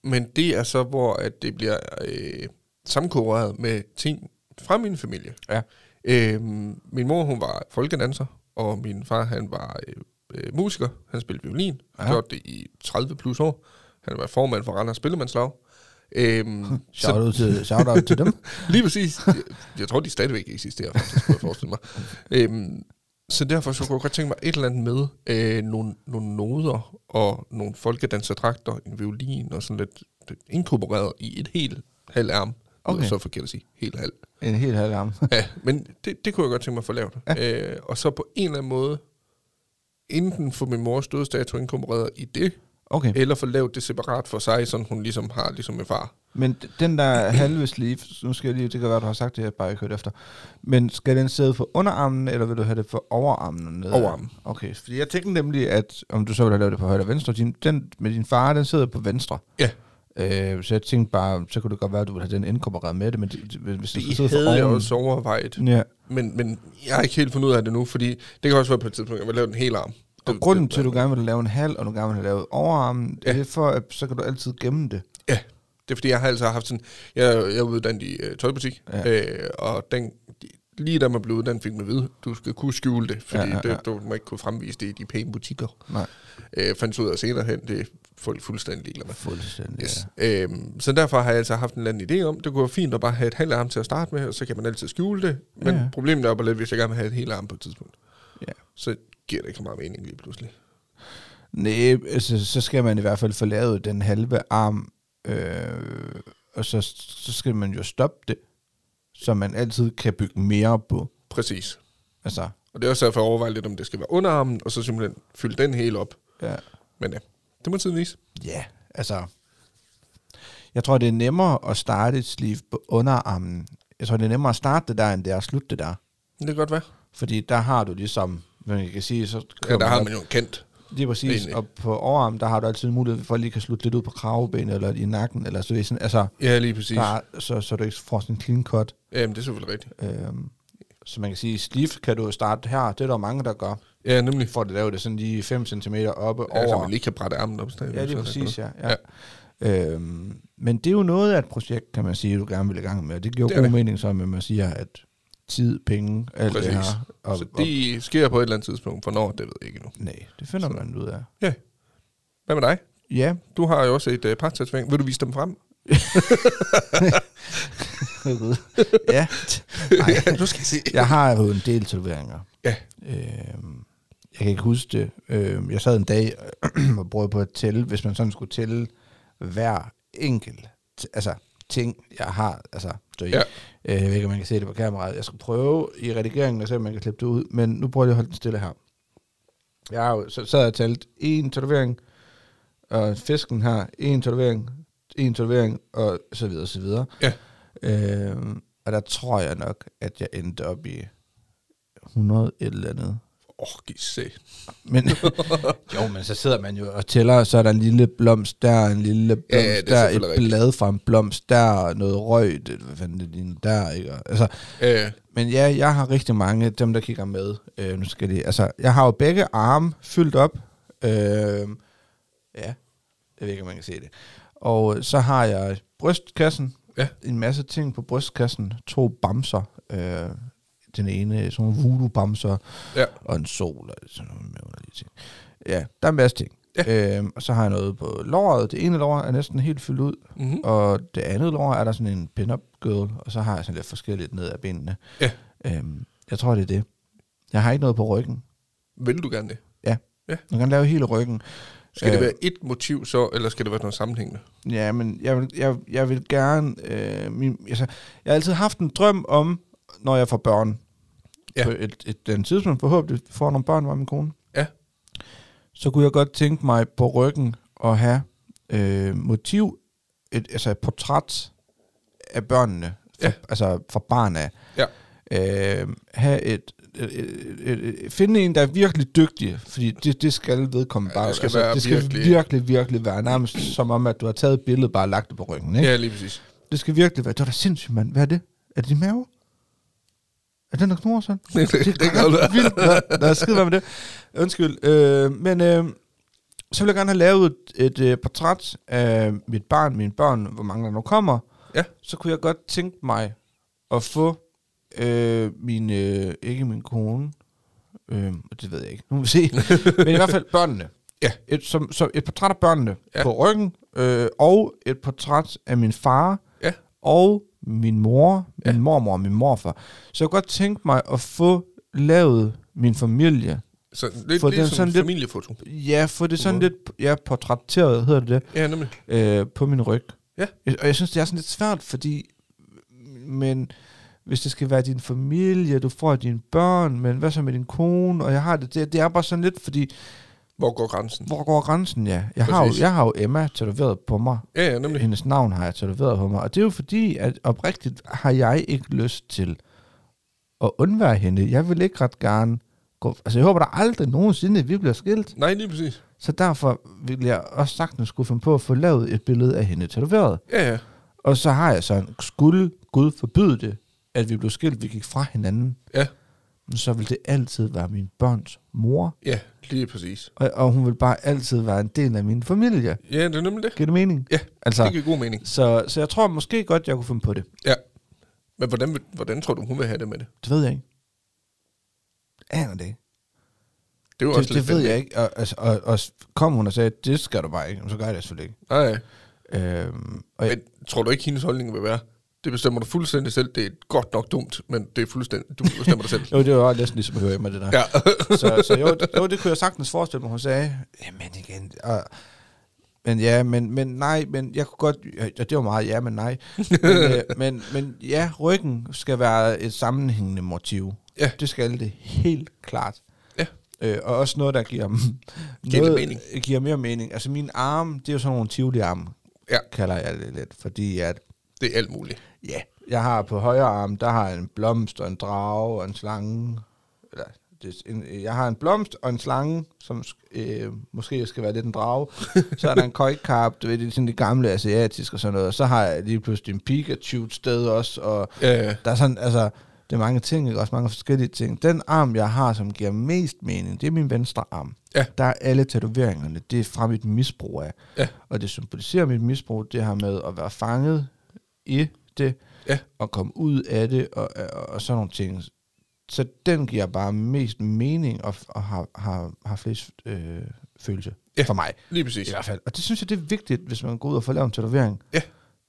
[SPEAKER 2] men det er så, hvor at det bliver øh, sammenkoreret med ting fra min familie.
[SPEAKER 1] Ja.
[SPEAKER 2] Øhm, min mor, hun var folkedanser, og min far, han var øh, øh, musiker. Han spillede violin. Ja.
[SPEAKER 1] Ja.
[SPEAKER 2] Gjort det i 30 plus år. Han var formand for Randers Spillemandslag.
[SPEAKER 1] <laughs>
[SPEAKER 2] Øhm, så-
[SPEAKER 1] Shout out til, shout out til dem.
[SPEAKER 2] Lige præcis. Jeg, jeg tror, de stadigvæk eksisterer, faktisk, kunne jeg forestille mig. Øhm, så derfor så kunne jeg godt tænke mig et eller andet med øh, nogle, nogle noder og nogle folkedanserdragter, en violin og sådan lidt, lidt inkorporeret i et helt halv arm. Okay. Det
[SPEAKER 1] Okay.
[SPEAKER 2] er så forkert at sige. Helt halv.
[SPEAKER 1] <laughs> En helt halv arm.
[SPEAKER 2] Ja, men det, det kunne jeg godt tænke mig at få lavet. Ja. Øh, og så på en eller anden måde, enten få min mors dødsdato inkorporeret i det,
[SPEAKER 1] Okay,
[SPEAKER 2] eller få lavet det separat for sig, sådan hun ligesom har, ligesom min far.
[SPEAKER 1] men d- den der halve sleeve, nu skal jeg lige, det kan være, du har sagt det, jeg bare ikke hørt efter. Men skal den sidde på underarmen, eller vil du have det på overarmen? og nedad?
[SPEAKER 2] Overarmen.
[SPEAKER 1] Okay, fordi jeg tænkte nemlig, at om du så ville have lavet det på højre eller venstre, din, den, med din far, den sidder på venstre.
[SPEAKER 2] Ja.
[SPEAKER 1] Øh, så jeg tænkte bare, så kunne det godt være, at du ville have den inkorporeret med det, men det, det- hvis det,
[SPEAKER 2] Det havde jeg også overvejet.
[SPEAKER 1] Ja.
[SPEAKER 2] Men, men jeg har ikke helt fundet ud af det nu, fordi det kan også være på et tidspunkt, at jeg vil lave den hele arm.
[SPEAKER 1] Og
[SPEAKER 2] Det-
[SPEAKER 1] grunden
[SPEAKER 2] det-
[SPEAKER 1] til, at du gerne vil lave en halv, og du gerne vil have lavet overarmen, ja.
[SPEAKER 2] Ja.
[SPEAKER 1] det er for, at så kan du altid gemme det.
[SPEAKER 2] Ja, det er fordi, jeg har altså haft sådan... Jeg, jeg er uddannet i øh, tøjbutik, ja.
[SPEAKER 1] Ja.
[SPEAKER 2] øh, og den, lige da man blev uddannet, fik man at vide, du skal kunne skjule det, fordi ja,
[SPEAKER 1] Ja,
[SPEAKER 2] ja,
[SPEAKER 1] ja,
[SPEAKER 2] ja.
[SPEAKER 1] ja.
[SPEAKER 2] Det, du må ikke kunne fremvise det i de pæne butikker.
[SPEAKER 1] Nej.
[SPEAKER 2] Øh, fandt ud af senere hen, det er folk fuldstændig ligeglade med.
[SPEAKER 1] Fuldstændig.
[SPEAKER 2] Yes. Ja. Øhm, så derfor har jeg altså haft en eller anden idé om, det kunne være fint at bare have et halvt arm til at starte med, og så kan man altid skjule det. Men ja.
[SPEAKER 1] Ja.
[SPEAKER 2] problemet er bare lidt, hvis jeg gerne vil have et helt arm på et tidspunkt.
[SPEAKER 1] Ja.
[SPEAKER 2] Så giver det ikke så meget mening lige pludselig.
[SPEAKER 1] Nej, altså, så skal man i hvert fald få lavet den halve arm, øh, og så, så skal man jo stoppe det, så man altid kan bygge mere på.
[SPEAKER 2] Præcis.
[SPEAKER 1] Altså,
[SPEAKER 2] Og det er også derfor, jeg overvejer lidt, om det skal være underarmen, og så simpelthen fylde den hele op.
[SPEAKER 1] ja.
[SPEAKER 2] Men ja, det må tiden vise.
[SPEAKER 1] ja, altså, jeg tror, det er nemmere at starte et sleeve på underarmen. Jeg tror, det er nemmere at starte det der, end det er at slutte det der.
[SPEAKER 2] Det kan godt være.
[SPEAKER 1] Fordi der har du ligesom, hvad man kan sige, så
[SPEAKER 2] Ja,
[SPEAKER 1] kører
[SPEAKER 2] der har
[SPEAKER 1] op-
[SPEAKER 2] man jo en kant.
[SPEAKER 1] Lige præcis,
[SPEAKER 2] Egentlig.
[SPEAKER 1] Egentlig. og på overarmen, der har du altid mulighed for at lige kan slutte lidt ud på kravebenet, eller i nakken, eller så, det er sådan, altså,
[SPEAKER 2] Ja, lige præcis.
[SPEAKER 1] der, er- så, så du ikke får sådan en clean cut.
[SPEAKER 2] Jamen, det er selvfølgelig rigtigt.
[SPEAKER 1] Øhm, så man kan sige, slif kan du starte her, det er der mange, der gør,
[SPEAKER 2] Ja, nemlig.
[SPEAKER 1] for at lave det sådan lige 5 cm oppe
[SPEAKER 2] Ja, så man
[SPEAKER 1] over.
[SPEAKER 2] lige kan brætte armen op. Stadigvæk,
[SPEAKER 1] Ja, det er
[SPEAKER 2] sådan
[SPEAKER 1] præcis,
[SPEAKER 2] noget.
[SPEAKER 1] ja. ja. Øhm, men det er jo noget af et projekt, kan man sige, du gerne vil i gang med, og det giver
[SPEAKER 2] Det
[SPEAKER 1] det
[SPEAKER 2] er
[SPEAKER 1] god
[SPEAKER 2] det.
[SPEAKER 1] mening, så med, at man siger, at tid, penge, alt
[SPEAKER 2] Præcis.
[SPEAKER 1] det her. Og,
[SPEAKER 2] så
[SPEAKER 1] og,
[SPEAKER 2] det sker på et eller andet tidspunkt. Hvornår, det ved jeg ikke endnu.
[SPEAKER 1] nej, det finder
[SPEAKER 2] Så-
[SPEAKER 1] man ud af.
[SPEAKER 2] Ja. Hvad med dig? <laughs>
[SPEAKER 1] Ja,
[SPEAKER 2] Du har jo også et uh, partsatvæng. Vil du vise <laughs> dem frem? <laughs>
[SPEAKER 1] ja. Nej,
[SPEAKER 2] ja, nu skal jeg se.
[SPEAKER 1] <laughs> Jeg har jo en del tatoveringer.
[SPEAKER 2] Ja.
[SPEAKER 1] Øhm, jeg kan ikke huske det. Øhm, jeg sad en dag <clears throat> og prøvede på at tælle, hvis man sådan skulle tælle hver enkelt t- altså, ting, jeg har. Altså, så
[SPEAKER 2] Ja.
[SPEAKER 1] ja. øh, jeg ved ikke, om man kan se det på kameraet. Jeg skulle prøve i redigeringen at se, om man kan klippe det ud, men nu prøver jeg lige at holde den stille her. Jeg har jo, så sad jeg og talte en tatovering, og fisken her, en tatovering, en tatovering, og så videre, så videre.
[SPEAKER 2] Ja.
[SPEAKER 1] Øhm, og der tror jeg nok, at jeg endte op i 100 et eller andet.
[SPEAKER 2] Åh, oh, se. <laughs>
[SPEAKER 1] Men, jo, men så sidder man jo og tæller, og så er der en lille blomst der, en lille
[SPEAKER 2] Ja, ja,
[SPEAKER 1] blomst
[SPEAKER 2] det er
[SPEAKER 1] der, et
[SPEAKER 2] selvfølgelig rigtigt.
[SPEAKER 1] blad fra en blomst der, og noget røg, det, hvad fanden det ligner der, ikke? Og- Altså,
[SPEAKER 2] Uh,
[SPEAKER 1] men ja, jeg har rigtig mange, dem der kigger med, øh, nu skal de, altså, jeg har jo begge arme fyldt op, øh, ja, jeg ved ikke, om man kan se det. Og så har jeg brystkassen,
[SPEAKER 2] Ja.
[SPEAKER 1] en masse ting på brystkassen, to bamser, øh, den ene, sådan nogle voodoo-bamser,
[SPEAKER 2] ja.
[SPEAKER 1] og en sol, og sådan nogle mere underlige ting. Ja, der er en masse ting. Ja. Øhm, og så har jeg noget på låret, det ene lår er næsten helt fyldt ud,
[SPEAKER 2] Mm-hmm.
[SPEAKER 1] og det andet lår er der sådan en pin-up girl, og så har jeg sådan lidt forskelligt ned ad benene.
[SPEAKER 2] Ja.
[SPEAKER 1] Øhm, jeg tror, det er det. Jeg har ikke noget på ryggen.
[SPEAKER 2] Vil du gerne det?
[SPEAKER 1] Jeg kan lave hele ryggen.
[SPEAKER 2] Skal øh. det
[SPEAKER 1] Øh.
[SPEAKER 2] være et motiv så, eller skal det være noget sammenhængende?
[SPEAKER 1] Ja, men jeg vil, jeg, jeg vil gerne... Øh, min, altså, jeg har altid haft en drøm om når jeg får børn.
[SPEAKER 2] Ja.
[SPEAKER 1] På et, et, et tidspunkt forhåbentlig får jeg nogle børn med min kone.
[SPEAKER 2] Ja.
[SPEAKER 1] Så kunne jeg godt tænke mig på ryggen at have øh, motiv, et, altså et portræt af børnene. For,
[SPEAKER 2] Ja.
[SPEAKER 1] Altså fra barn af.
[SPEAKER 2] Ja.
[SPEAKER 1] Øh, have et, et, et, et, et, finde en, der er virkelig dygtig, fordi det, det skal vedkommende
[SPEAKER 2] Ja,
[SPEAKER 1] bare. Altså,
[SPEAKER 2] det skal være
[SPEAKER 1] det skal
[SPEAKER 2] virkelig-
[SPEAKER 1] virkelig, virkelig være nærmest som om, at du har taget et billede og bare lagt det på ryggen. Ikke?
[SPEAKER 2] Ja, lige præcis.
[SPEAKER 1] Det skal virkelig være. Det var da sindssygt, mand. Hvad er det? Er det din mave? Er den, der knurrer sådan?
[SPEAKER 2] <laughs> Det, det, det kan godt være.
[SPEAKER 1] Vildt. Nå, Nå, skide være med det. Undskyld. Øh, men øh, så vil jeg gerne have lavet et øh, portræt af mit barn, mine børn, hvor mange der nu kommer.
[SPEAKER 2] Ja.
[SPEAKER 1] Så kunne jeg godt tænke mig at få øh, min, øh, ikke min kone, øh, det ved jeg ikke, nu må vi se,
[SPEAKER 2] <laughs>
[SPEAKER 1] men i hvert fald børnene.
[SPEAKER 2] Ja.
[SPEAKER 1] Et, som, som et portræt af børnene
[SPEAKER 2] Ja.
[SPEAKER 1] ja. på ryggen, øh, og et portræt af min far,
[SPEAKER 2] Ja.
[SPEAKER 1] og min mor, min
[SPEAKER 2] Ja.
[SPEAKER 1] ja. mormor og min morfar. Så jeg kunne godt tænke mig at få lavet min familie.
[SPEAKER 2] Så lidt,
[SPEAKER 1] For
[SPEAKER 2] lidt
[SPEAKER 1] den
[SPEAKER 2] som
[SPEAKER 1] sådan
[SPEAKER 2] sådan
[SPEAKER 1] lidt-
[SPEAKER 2] familiefoto.
[SPEAKER 1] Ja, få det sådan
[SPEAKER 2] Måde.
[SPEAKER 1] lidt ja, portrætteret, hedder det det,
[SPEAKER 2] Ja, nemlig.
[SPEAKER 1] øh, på min ryg.
[SPEAKER 2] Ja.
[SPEAKER 1] Jeg- Og jeg synes, det er sådan lidt svært, fordi... Men hvis det skal være din familie, du får dine børn, men hvad så med din kone, og jeg har det, det, det er bare sådan lidt, fordi
[SPEAKER 2] Hvor går grænsen?
[SPEAKER 1] hvor går grænsen, ja? Jeg har, jo,
[SPEAKER 2] Præcis.
[SPEAKER 1] jeg har jo Emma tatoveret på mig,
[SPEAKER 2] Ja, ja, nemlig.
[SPEAKER 1] hendes navn har jeg tatoveret på mig. Og det er jo fordi, at oprigtigt har jeg ikke lyst til at undvære hende. Jeg vil ikke ret gerne gå... Altså, jeg håber der aldrig nogensinde, at vi bliver skilt.
[SPEAKER 2] Nej, lige præcis.
[SPEAKER 1] Så derfor vil jeg også sagtens skulle finde på at få lavet et billede af hende tatoveret.
[SPEAKER 2] Ja, ja.
[SPEAKER 1] Og så har jeg sådan, skulle Gud forbyde det, at vi blev skilt, vi gik fra hinanden,
[SPEAKER 2] Ja,
[SPEAKER 1] men så vil det altid være min børns mor.
[SPEAKER 2] ja, lige præcis.
[SPEAKER 1] Og, og hun vil bare altid være en del af min familie.
[SPEAKER 2] Ja, det er nemlig det.
[SPEAKER 1] Giver det mening?
[SPEAKER 2] Ja,
[SPEAKER 1] Altså,
[SPEAKER 2] Det giver god mening.
[SPEAKER 1] så, så jeg tror måske godt, jeg kunne finde på det.
[SPEAKER 2] Ja. Men hvordan, vil- hvordan tror du, hun vil have det med det?
[SPEAKER 1] Det ved jeg ikke. Aner det ikke.
[SPEAKER 2] Det er jo
[SPEAKER 1] Det,
[SPEAKER 2] også
[SPEAKER 1] det ved jeg ikke. Og, altså, og, og s- kom hun og sagde, det skal du bare ikke. Jamen, Så gør jeg det selvfølgelig ikke.
[SPEAKER 2] Nej,
[SPEAKER 1] Øhm, og jeg,
[SPEAKER 2] men tror du ikke, hendes holdning vil være? Det bestemmer du fuldstændig selv. Det er godt nok dumt, men det er fuldstændig, du bestemmer dig selv.
[SPEAKER 1] <laughs> jo, det var jo næsten ligesom at høre mig det der.
[SPEAKER 2] Ja,
[SPEAKER 1] <laughs> Så, så jo, det- jo, det kunne jeg sagtens forestille mig, hun sagde. Jamen igen. Og, men ja, men, men nej, men jeg kunne godt... Ja, det var meget ja, men nej. Men,
[SPEAKER 2] <laughs>
[SPEAKER 1] øh, men, men ja, ryggen skal være et sammenhængende motiv.
[SPEAKER 2] Ja.
[SPEAKER 1] Det skal det helt klart.
[SPEAKER 2] Ja.
[SPEAKER 1] Øh, og også noget, der giver,
[SPEAKER 2] <laughs> Giver
[SPEAKER 1] noget,
[SPEAKER 2] lidt mening.
[SPEAKER 1] giver mere mening. Altså mine arme, det er jo sådan nogle tivoli arme,
[SPEAKER 2] Ja.
[SPEAKER 1] kalder jeg det lidt. Fordi at,
[SPEAKER 2] det er alt muligt.
[SPEAKER 1] ja, jeg har på højre arm, der har jeg en blomst og en drage og en slange. Eller, det, er en, øh, jeg har en blomst og en slange, som sk- øh, måske skal være lidt en drage. Så er der en køjkap, du ved, det er sådan det gamle asiatiske og sådan noget. Og så har jeg lige pludselig en Pikachu et sted også, og
[SPEAKER 2] Ja, ja.
[SPEAKER 1] der er sådan, altså, det er mange ting, ikke? også mange forskellige ting. Den arm, jeg har, som giver mest mening, det er min venstre arm.
[SPEAKER 2] Ja.
[SPEAKER 1] Der er alle tatoveringerne, det er fra mit misbrug af.
[SPEAKER 2] Ja.
[SPEAKER 1] Og det symboliserer mit misbrug, det her med at være fanget i det,
[SPEAKER 2] Ja.
[SPEAKER 1] og komme ud af det, og, og, og sådan nogle ting. Så den giver bare mest mening, og, og har, har, har flest øh, følelse
[SPEAKER 2] Ja.
[SPEAKER 1] for mig.
[SPEAKER 2] Lige præcis.
[SPEAKER 1] I hvert fald. Og det synes jeg, det er vigtigt, hvis man går ud og får lavet en tatovering.
[SPEAKER 2] Ja.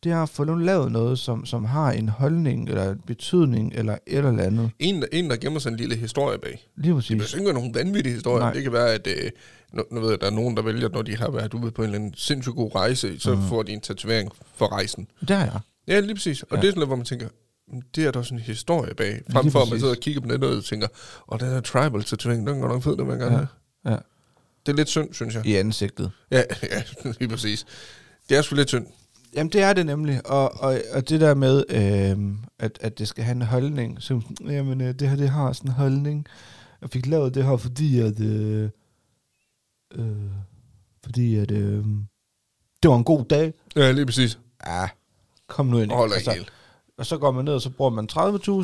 [SPEAKER 1] Det er at få nu lavet noget, som, som har en holdning, eller en betydning, eller et eller andet.
[SPEAKER 2] En, der- en, der gemmer sig en lille historie bag.
[SPEAKER 1] Lige
[SPEAKER 2] Det behøver
[SPEAKER 1] præcis.
[SPEAKER 2] ikke være nogen vanvittige historier.
[SPEAKER 1] Nej.
[SPEAKER 2] Det kan være, at øh, nu, nu ved jeg, der er nogen, der vælger, når de har været ude på en eller anden sindssygt god rejse, så
[SPEAKER 1] Mhm.
[SPEAKER 2] mm. får de en tatovering for rejsen.
[SPEAKER 1] Det er jeg.
[SPEAKER 2] Ja, lige præcis. Og ja.
[SPEAKER 1] Ja.
[SPEAKER 2] det er sådan noget, hvor man tænker, "Men det er der også en historie bag. Frem for, at man
[SPEAKER 1] præcis.
[SPEAKER 2] sidder og kigger på nettet og tænker, og den her tribal tatovering, den går nok fed, den vil jeg gerne ja.
[SPEAKER 1] Ja.
[SPEAKER 2] have.
[SPEAKER 1] Ja.
[SPEAKER 2] Det er lidt synd, synes jeg.
[SPEAKER 1] I ansigtet.
[SPEAKER 2] Ja, <laughs> ja, lige præcis. Det er sgu lidt synd.
[SPEAKER 1] Jamen, det er det nemlig. Og, og, og det der med, øh, at, at det skal have en holdning. Så, jamen, øh, det her det har sådan en holdning. Jeg fik lavet det her, fordi at... Øh, øh, fordi at... Øh, det var en god dag.
[SPEAKER 2] Ja, lige præcis.
[SPEAKER 1] Ja, kom nu ind. Altså,
[SPEAKER 2] Og holder ikke helt.
[SPEAKER 1] Og så går man ned, og så bruger man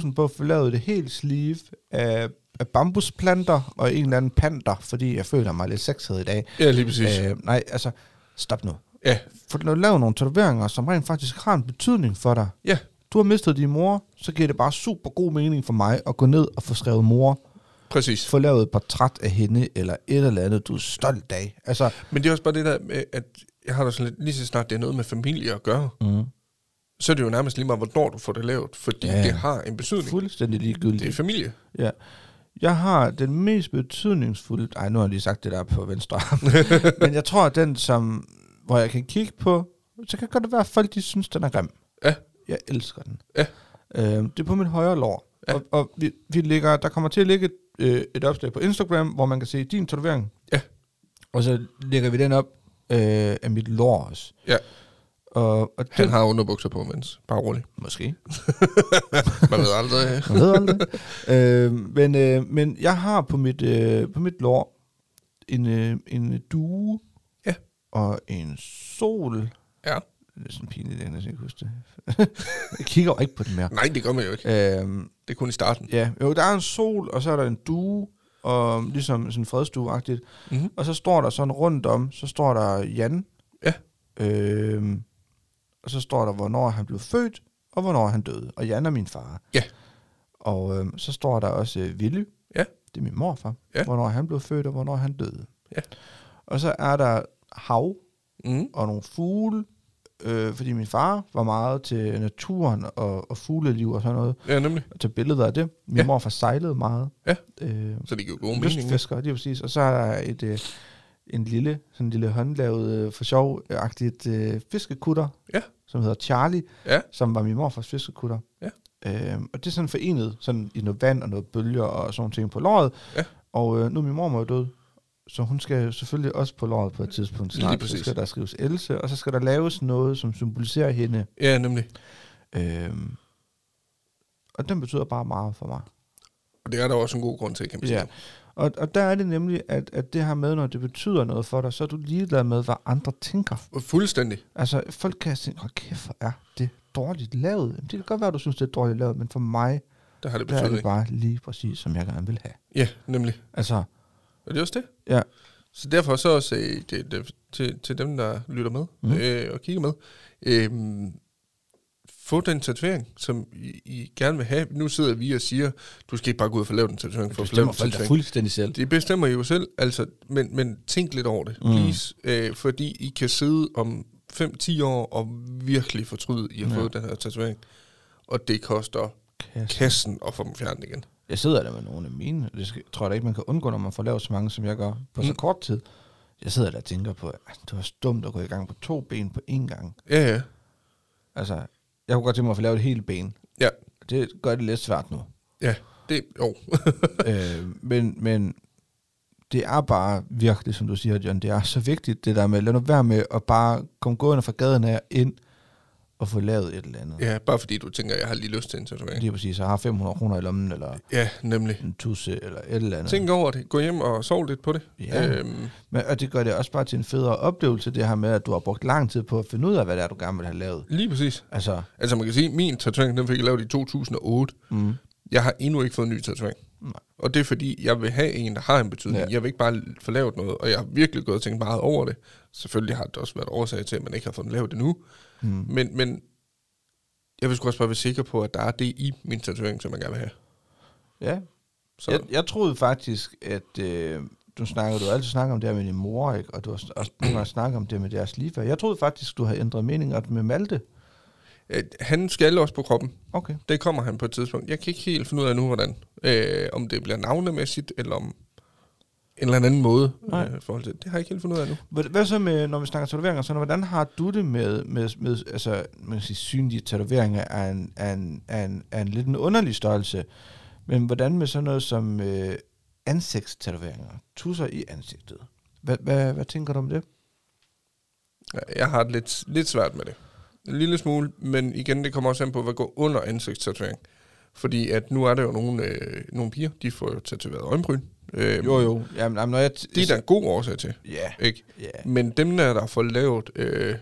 [SPEAKER 1] 30.000 på at få lavet det helt sleeve af, af bambusplanter og en eller anden panter, fordi jeg føler mig lidt sexet i dag.
[SPEAKER 2] Ja, lige præcis.
[SPEAKER 1] Øh, nej, altså, stop nu.
[SPEAKER 2] Ja,
[SPEAKER 1] Få lavet lavet nogle tatoveringer, som rent faktisk har en betydning for dig.
[SPEAKER 2] ja,
[SPEAKER 1] Du har mistet din mor, så giver det bare super god mening for mig at gå ned og få skrevet mor,
[SPEAKER 2] præcis.
[SPEAKER 1] få lavet et portræt af hende, eller et eller andet, du er stolt af. Altså,
[SPEAKER 2] Men det er også bare det der med, at jeg har da sådan lidt, lige så snart det er noget med familie at gøre,
[SPEAKER 1] mm.
[SPEAKER 2] så er det jo nærmest lige meget, hvornår du får det lavet, fordi ja.
[SPEAKER 1] Ja.
[SPEAKER 2] det har en betydning.
[SPEAKER 1] fuldstændig
[SPEAKER 2] Det er
[SPEAKER 1] ligegyldigt.
[SPEAKER 2] familie.
[SPEAKER 1] Ja. Jeg har den mest betydningsfulde... Ej, nu har jeg lige sagt det der på venstre arm.
[SPEAKER 2] <laughs>
[SPEAKER 1] Men jeg tror, at den, som, hvor jeg kan kigge på, så kan godt være, at folk de synes, den er grim.
[SPEAKER 2] Ja.
[SPEAKER 1] Jeg elsker den.
[SPEAKER 2] Ja.
[SPEAKER 1] Øhm, det er på min højre lår. Ja. Og, og vi, vi ligger, der kommer til at ligge et, øh, et opslag på Instagram, hvor man kan se din tatovering.
[SPEAKER 2] Ja.
[SPEAKER 1] Og så lægger vi den op øh, af mit lår også.
[SPEAKER 2] Ja.
[SPEAKER 1] Og, og
[SPEAKER 2] Han
[SPEAKER 1] den,
[SPEAKER 2] har underbukser på, mens. Bare rolig.
[SPEAKER 1] måske.
[SPEAKER 2] Man ved aldrig.
[SPEAKER 1] Jeg ved aldrig.
[SPEAKER 2] <laughs>
[SPEAKER 1] øh, men, øh, men jeg har på mit, øh, på mit lår en, øh, en due
[SPEAKER 2] Ja.
[SPEAKER 1] og en sol.
[SPEAKER 2] Ja.
[SPEAKER 1] Det er sådan pinligt, jeg kan næsten ikke huske det. <laughs> jeg kigger jo ikke på den mere.
[SPEAKER 2] Nej, det gør man jo ikke.
[SPEAKER 1] Øhm,
[SPEAKER 2] Det er kun i starten.
[SPEAKER 1] ja, jo, der er en sol, og så er der en due, og ligesom sådan fredstueagtigt.
[SPEAKER 2] Mm-hmm.
[SPEAKER 1] Og så står der sådan rundt om, så står der Jan.
[SPEAKER 2] Ja.
[SPEAKER 1] Øhm, og så står der, hvornår han blev født, og hvornår han døde. Og Jan er min far.
[SPEAKER 2] Ja.
[SPEAKER 1] Og øhm, så står der også øh, Ville.
[SPEAKER 2] Ja.
[SPEAKER 1] Det er min morfar.
[SPEAKER 2] Ja.
[SPEAKER 1] Hvornår han blev født, og hvornår han døde.
[SPEAKER 2] Ja.
[SPEAKER 1] Og så er der hav,
[SPEAKER 2] Mm.
[SPEAKER 1] og nogle fugle, øh, fordi min far var meget til naturen og, og fugleliv og sådan noget,
[SPEAKER 2] Ja, nemlig.
[SPEAKER 1] og tage billeder af det. Min
[SPEAKER 2] Ja.
[SPEAKER 1] ja. morfar sejlede meget.
[SPEAKER 2] Ja.
[SPEAKER 1] Øh,
[SPEAKER 2] Så det giver jo god mening.
[SPEAKER 1] lystfisker, lige præcis. Og så er der et, øh, en lille, sådan en lille håndlavet, øh, for sjov-agtigt øh, fiskekutter,
[SPEAKER 2] Ja.
[SPEAKER 1] som hedder Charlie,
[SPEAKER 2] Ja.
[SPEAKER 1] som var min morfars fiskekutter.
[SPEAKER 2] Ja.
[SPEAKER 1] Øh, og det er sådan forenet sådan i noget vand og noget bølger og sådan nogle ting på låret.
[SPEAKER 2] Ja.
[SPEAKER 1] Og øh, nu er min mormor død, så hun skal jo selvfølgelig også på låret på et tidspunkt
[SPEAKER 2] Lige
[SPEAKER 1] snart. så
[SPEAKER 2] præcis.
[SPEAKER 1] skal der skrives Else, og så skal der laves noget, som symboliserer hende.
[SPEAKER 2] Ja, nemlig.
[SPEAKER 1] Øh, og den betyder bare meget for mig.
[SPEAKER 2] Og det er der også en god grund til, kan man sige.
[SPEAKER 1] Ja. Og, og der er det nemlig, at, at det her med, når det betyder noget for dig, så er du ligeglad med, hvad andre tænker.
[SPEAKER 2] Og Fuldstændig.
[SPEAKER 1] Altså, folk kan tænke, hold kæft, hvor er det dårligt lavet. Jamen, det kan godt være, du synes, det er dårligt lavet, men for mig,
[SPEAKER 2] Der har det
[SPEAKER 1] der er det
[SPEAKER 2] betydning.
[SPEAKER 1] bare lige præcis, som jeg gerne vil have.
[SPEAKER 2] Ja, nemlig.
[SPEAKER 1] Altså,
[SPEAKER 2] Og det er også det.
[SPEAKER 1] ja,
[SPEAKER 2] Så derfor så også øh, det, det, til, til dem, der lytter med mm.
[SPEAKER 1] Mhm.
[SPEAKER 2] øh, og kigger med, øh, få den tatovering, som I, I gerne vil have. Nu sidder vi og siger, du skal ikke bare gå ud og få lavet en tatovering. For at få lavet en tatovering.
[SPEAKER 3] fuldstændig selv.
[SPEAKER 2] Det bestemmer I jo selv, altså, men, men tænk lidt over det, mm.
[SPEAKER 1] Mm.
[SPEAKER 2] please. Øh, fordi I kan sidde om 5-10 år og virkelig fortryde, I har ja.
[SPEAKER 1] Ja.
[SPEAKER 2] fået den her tatovering. Og det koster
[SPEAKER 1] kæft.
[SPEAKER 2] kassen at få dem fjernet igen.
[SPEAKER 1] Jeg sidder der med nogle af mine. Det skal, tror jeg da ikke, man kan undgå, når man får lavet så mange, som jeg gør, på så
[SPEAKER 2] Mm.
[SPEAKER 1] kort tid. Jeg sidder der og tænker på, at det var dumt at gå i gang på to ben på én gang.
[SPEAKER 2] Ja, ja.
[SPEAKER 1] Altså, jeg kunne godt tænke mig at få lavet et helt ben.
[SPEAKER 2] Ja.
[SPEAKER 1] Det gør det lidt svært nu.
[SPEAKER 2] Ja, det, jo.
[SPEAKER 1] øh, men, men det er bare virkelig, som du siger, John, det er så vigtigt, det der med, lad nu være med at bare komme gående fra gaden af ind og få lavet et eller andet.
[SPEAKER 2] ja, bare fordi du tænker, jeg har lige lyst til en tatovering.
[SPEAKER 1] Lige præcis, jeg har 500 kroner i lommen, eller
[SPEAKER 2] Ja, nemlig.
[SPEAKER 1] en tusse, eller et eller andet.
[SPEAKER 2] Tænk over det. Gå hjem og sov lidt på det.
[SPEAKER 1] Ja.
[SPEAKER 2] Øhm,
[SPEAKER 1] Men, og det gør det også bare til en federe oplevelse, det her med, at du har brugt lang tid på at finde ud af, hvad det er, du gerne vil have lavet.
[SPEAKER 2] lige præcis.
[SPEAKER 1] Altså,
[SPEAKER 2] Altså man kan sige, min tatovering, den fik jeg lavet i 2008.
[SPEAKER 1] mm,
[SPEAKER 2] Jeg har endnu ikke fået en ny tatovering.
[SPEAKER 1] Nej.
[SPEAKER 2] Og det er fordi, jeg vil have en, der har en betydning. Ja.
[SPEAKER 1] Ja.
[SPEAKER 2] Jeg vil ikke bare få lavet noget, og jeg har virkelig gået og tænkt meget over det. Selvfølgelig har det også været årsag til, at man ikke har fået den lavet endnu.
[SPEAKER 1] mm.
[SPEAKER 2] Men, men jeg vil sgu også bare være sikker på, at der er det i min tatovering, som jeg gerne vil have.
[SPEAKER 1] ja.
[SPEAKER 2] Så,
[SPEAKER 1] Jeg, jeg troede faktisk, at øh, du snakker, du har altid snakker om det her med din mor, ikke? og du har også nogle gange snakket om det med deres livfærd. Jeg troede faktisk, du havde ændret mening og det med Malte.
[SPEAKER 2] øh, han skal også på kroppen.
[SPEAKER 1] Okay.
[SPEAKER 2] Det kommer han på et tidspunkt. Jeg kan ikke helt finde ud af nu, hvordan. Øh, om det bliver navnemæssigt, eller om en eller anden måde.
[SPEAKER 1] Nej.
[SPEAKER 2] Øh, i forhold til. Det har jeg ikke helt fundet ud af nu.
[SPEAKER 1] Hvad, hvad så med, når vi snakker tatoveringer, så hvordan har du det med, med, med altså, man kan sige, synlige tatoveringer er en, er, en, er, en, er en lidt en underlig størrelse, men hvordan med sådan noget som øh, ansigtstatoveringer, tusser i ansigtet? Hvad, hvad, hvad tænker du om det?
[SPEAKER 2] Ja, Jeg har det lidt, lidt svært med det. En lille smule, men igen, det kommer også an på, hvad går under ansigtstatovering. Fordi at nu er der jo nogle, øh, nogle piger, de får jo tatoveret øjenbryn. Øh,
[SPEAKER 1] jo. Jamen, jamen, når jeg... T-
[SPEAKER 2] Det er der en god årsag til,
[SPEAKER 1] Ja,
[SPEAKER 2] ikke?
[SPEAKER 1] ja.
[SPEAKER 2] Men dem, der, der får lavet øh,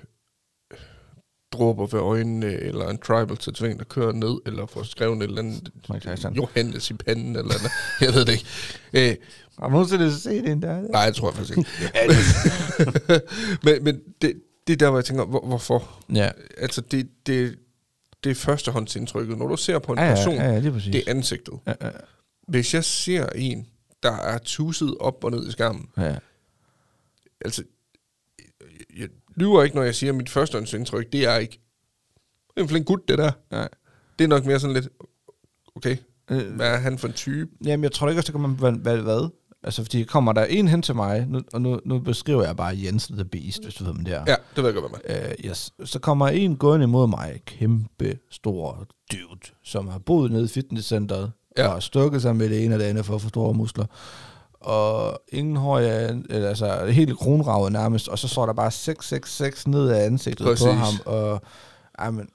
[SPEAKER 2] dråber ved øjnene, eller en tribal tatovering, der kører ned, eller får skrevet en eller anden
[SPEAKER 1] Mike Tyson.
[SPEAKER 2] Johannes i panden, eller noget. jeg ved det ikke. Øh,
[SPEAKER 1] Har du nogensinde set en der?
[SPEAKER 2] nej, jeg tror jeg
[SPEAKER 1] <laughs>
[SPEAKER 2] faktisk ikke. <laughs> men men det, det er der, hvor jeg tænker, hvor, hvorfor?
[SPEAKER 1] Ja.
[SPEAKER 2] altså det, det, det er førstehåndsindtrykket. Når du ser på en
[SPEAKER 1] Ja, ja,
[SPEAKER 2] person,
[SPEAKER 1] ja, ja, lige præcis.
[SPEAKER 2] det er ansigtet.
[SPEAKER 1] Ja, ja,
[SPEAKER 2] Hvis jeg ser en, der er tusset op og ned i skærmen,
[SPEAKER 1] ja.
[SPEAKER 2] altså, jeg, jeg lyver ikke, når jeg siger, at mit førstehåndsindtryk, det er ikke, det er en flink gut, det der.
[SPEAKER 1] Nej.
[SPEAKER 2] Det er nok mere sådan lidt, okay,
[SPEAKER 1] Øh,
[SPEAKER 2] hvad er han for en type?
[SPEAKER 1] Jamen, jeg tror ikke også, det kommer an på, hvad, hvad, hvad. Altså, fordi kommer der en hen til mig, nu, og nu, nu beskriver jeg bare Jensen the Beast, hvis du ved, hvem det er.
[SPEAKER 2] Ja, det ved jeg godt, hvad man
[SPEAKER 1] Øh, yes. Så kommer en gående imod mig, kæmpe stor dude, som har boet nede i fitnesscenteret,
[SPEAKER 2] Ja.
[SPEAKER 1] ja. og har stukket sig med det ene og det andet for at få store muskler. Og ingen hår, ja, altså helt kronravet nærmest, og så står der bare 666 ned af ansigtet Præcis.
[SPEAKER 2] Præcis.
[SPEAKER 1] på ham, og ej, men,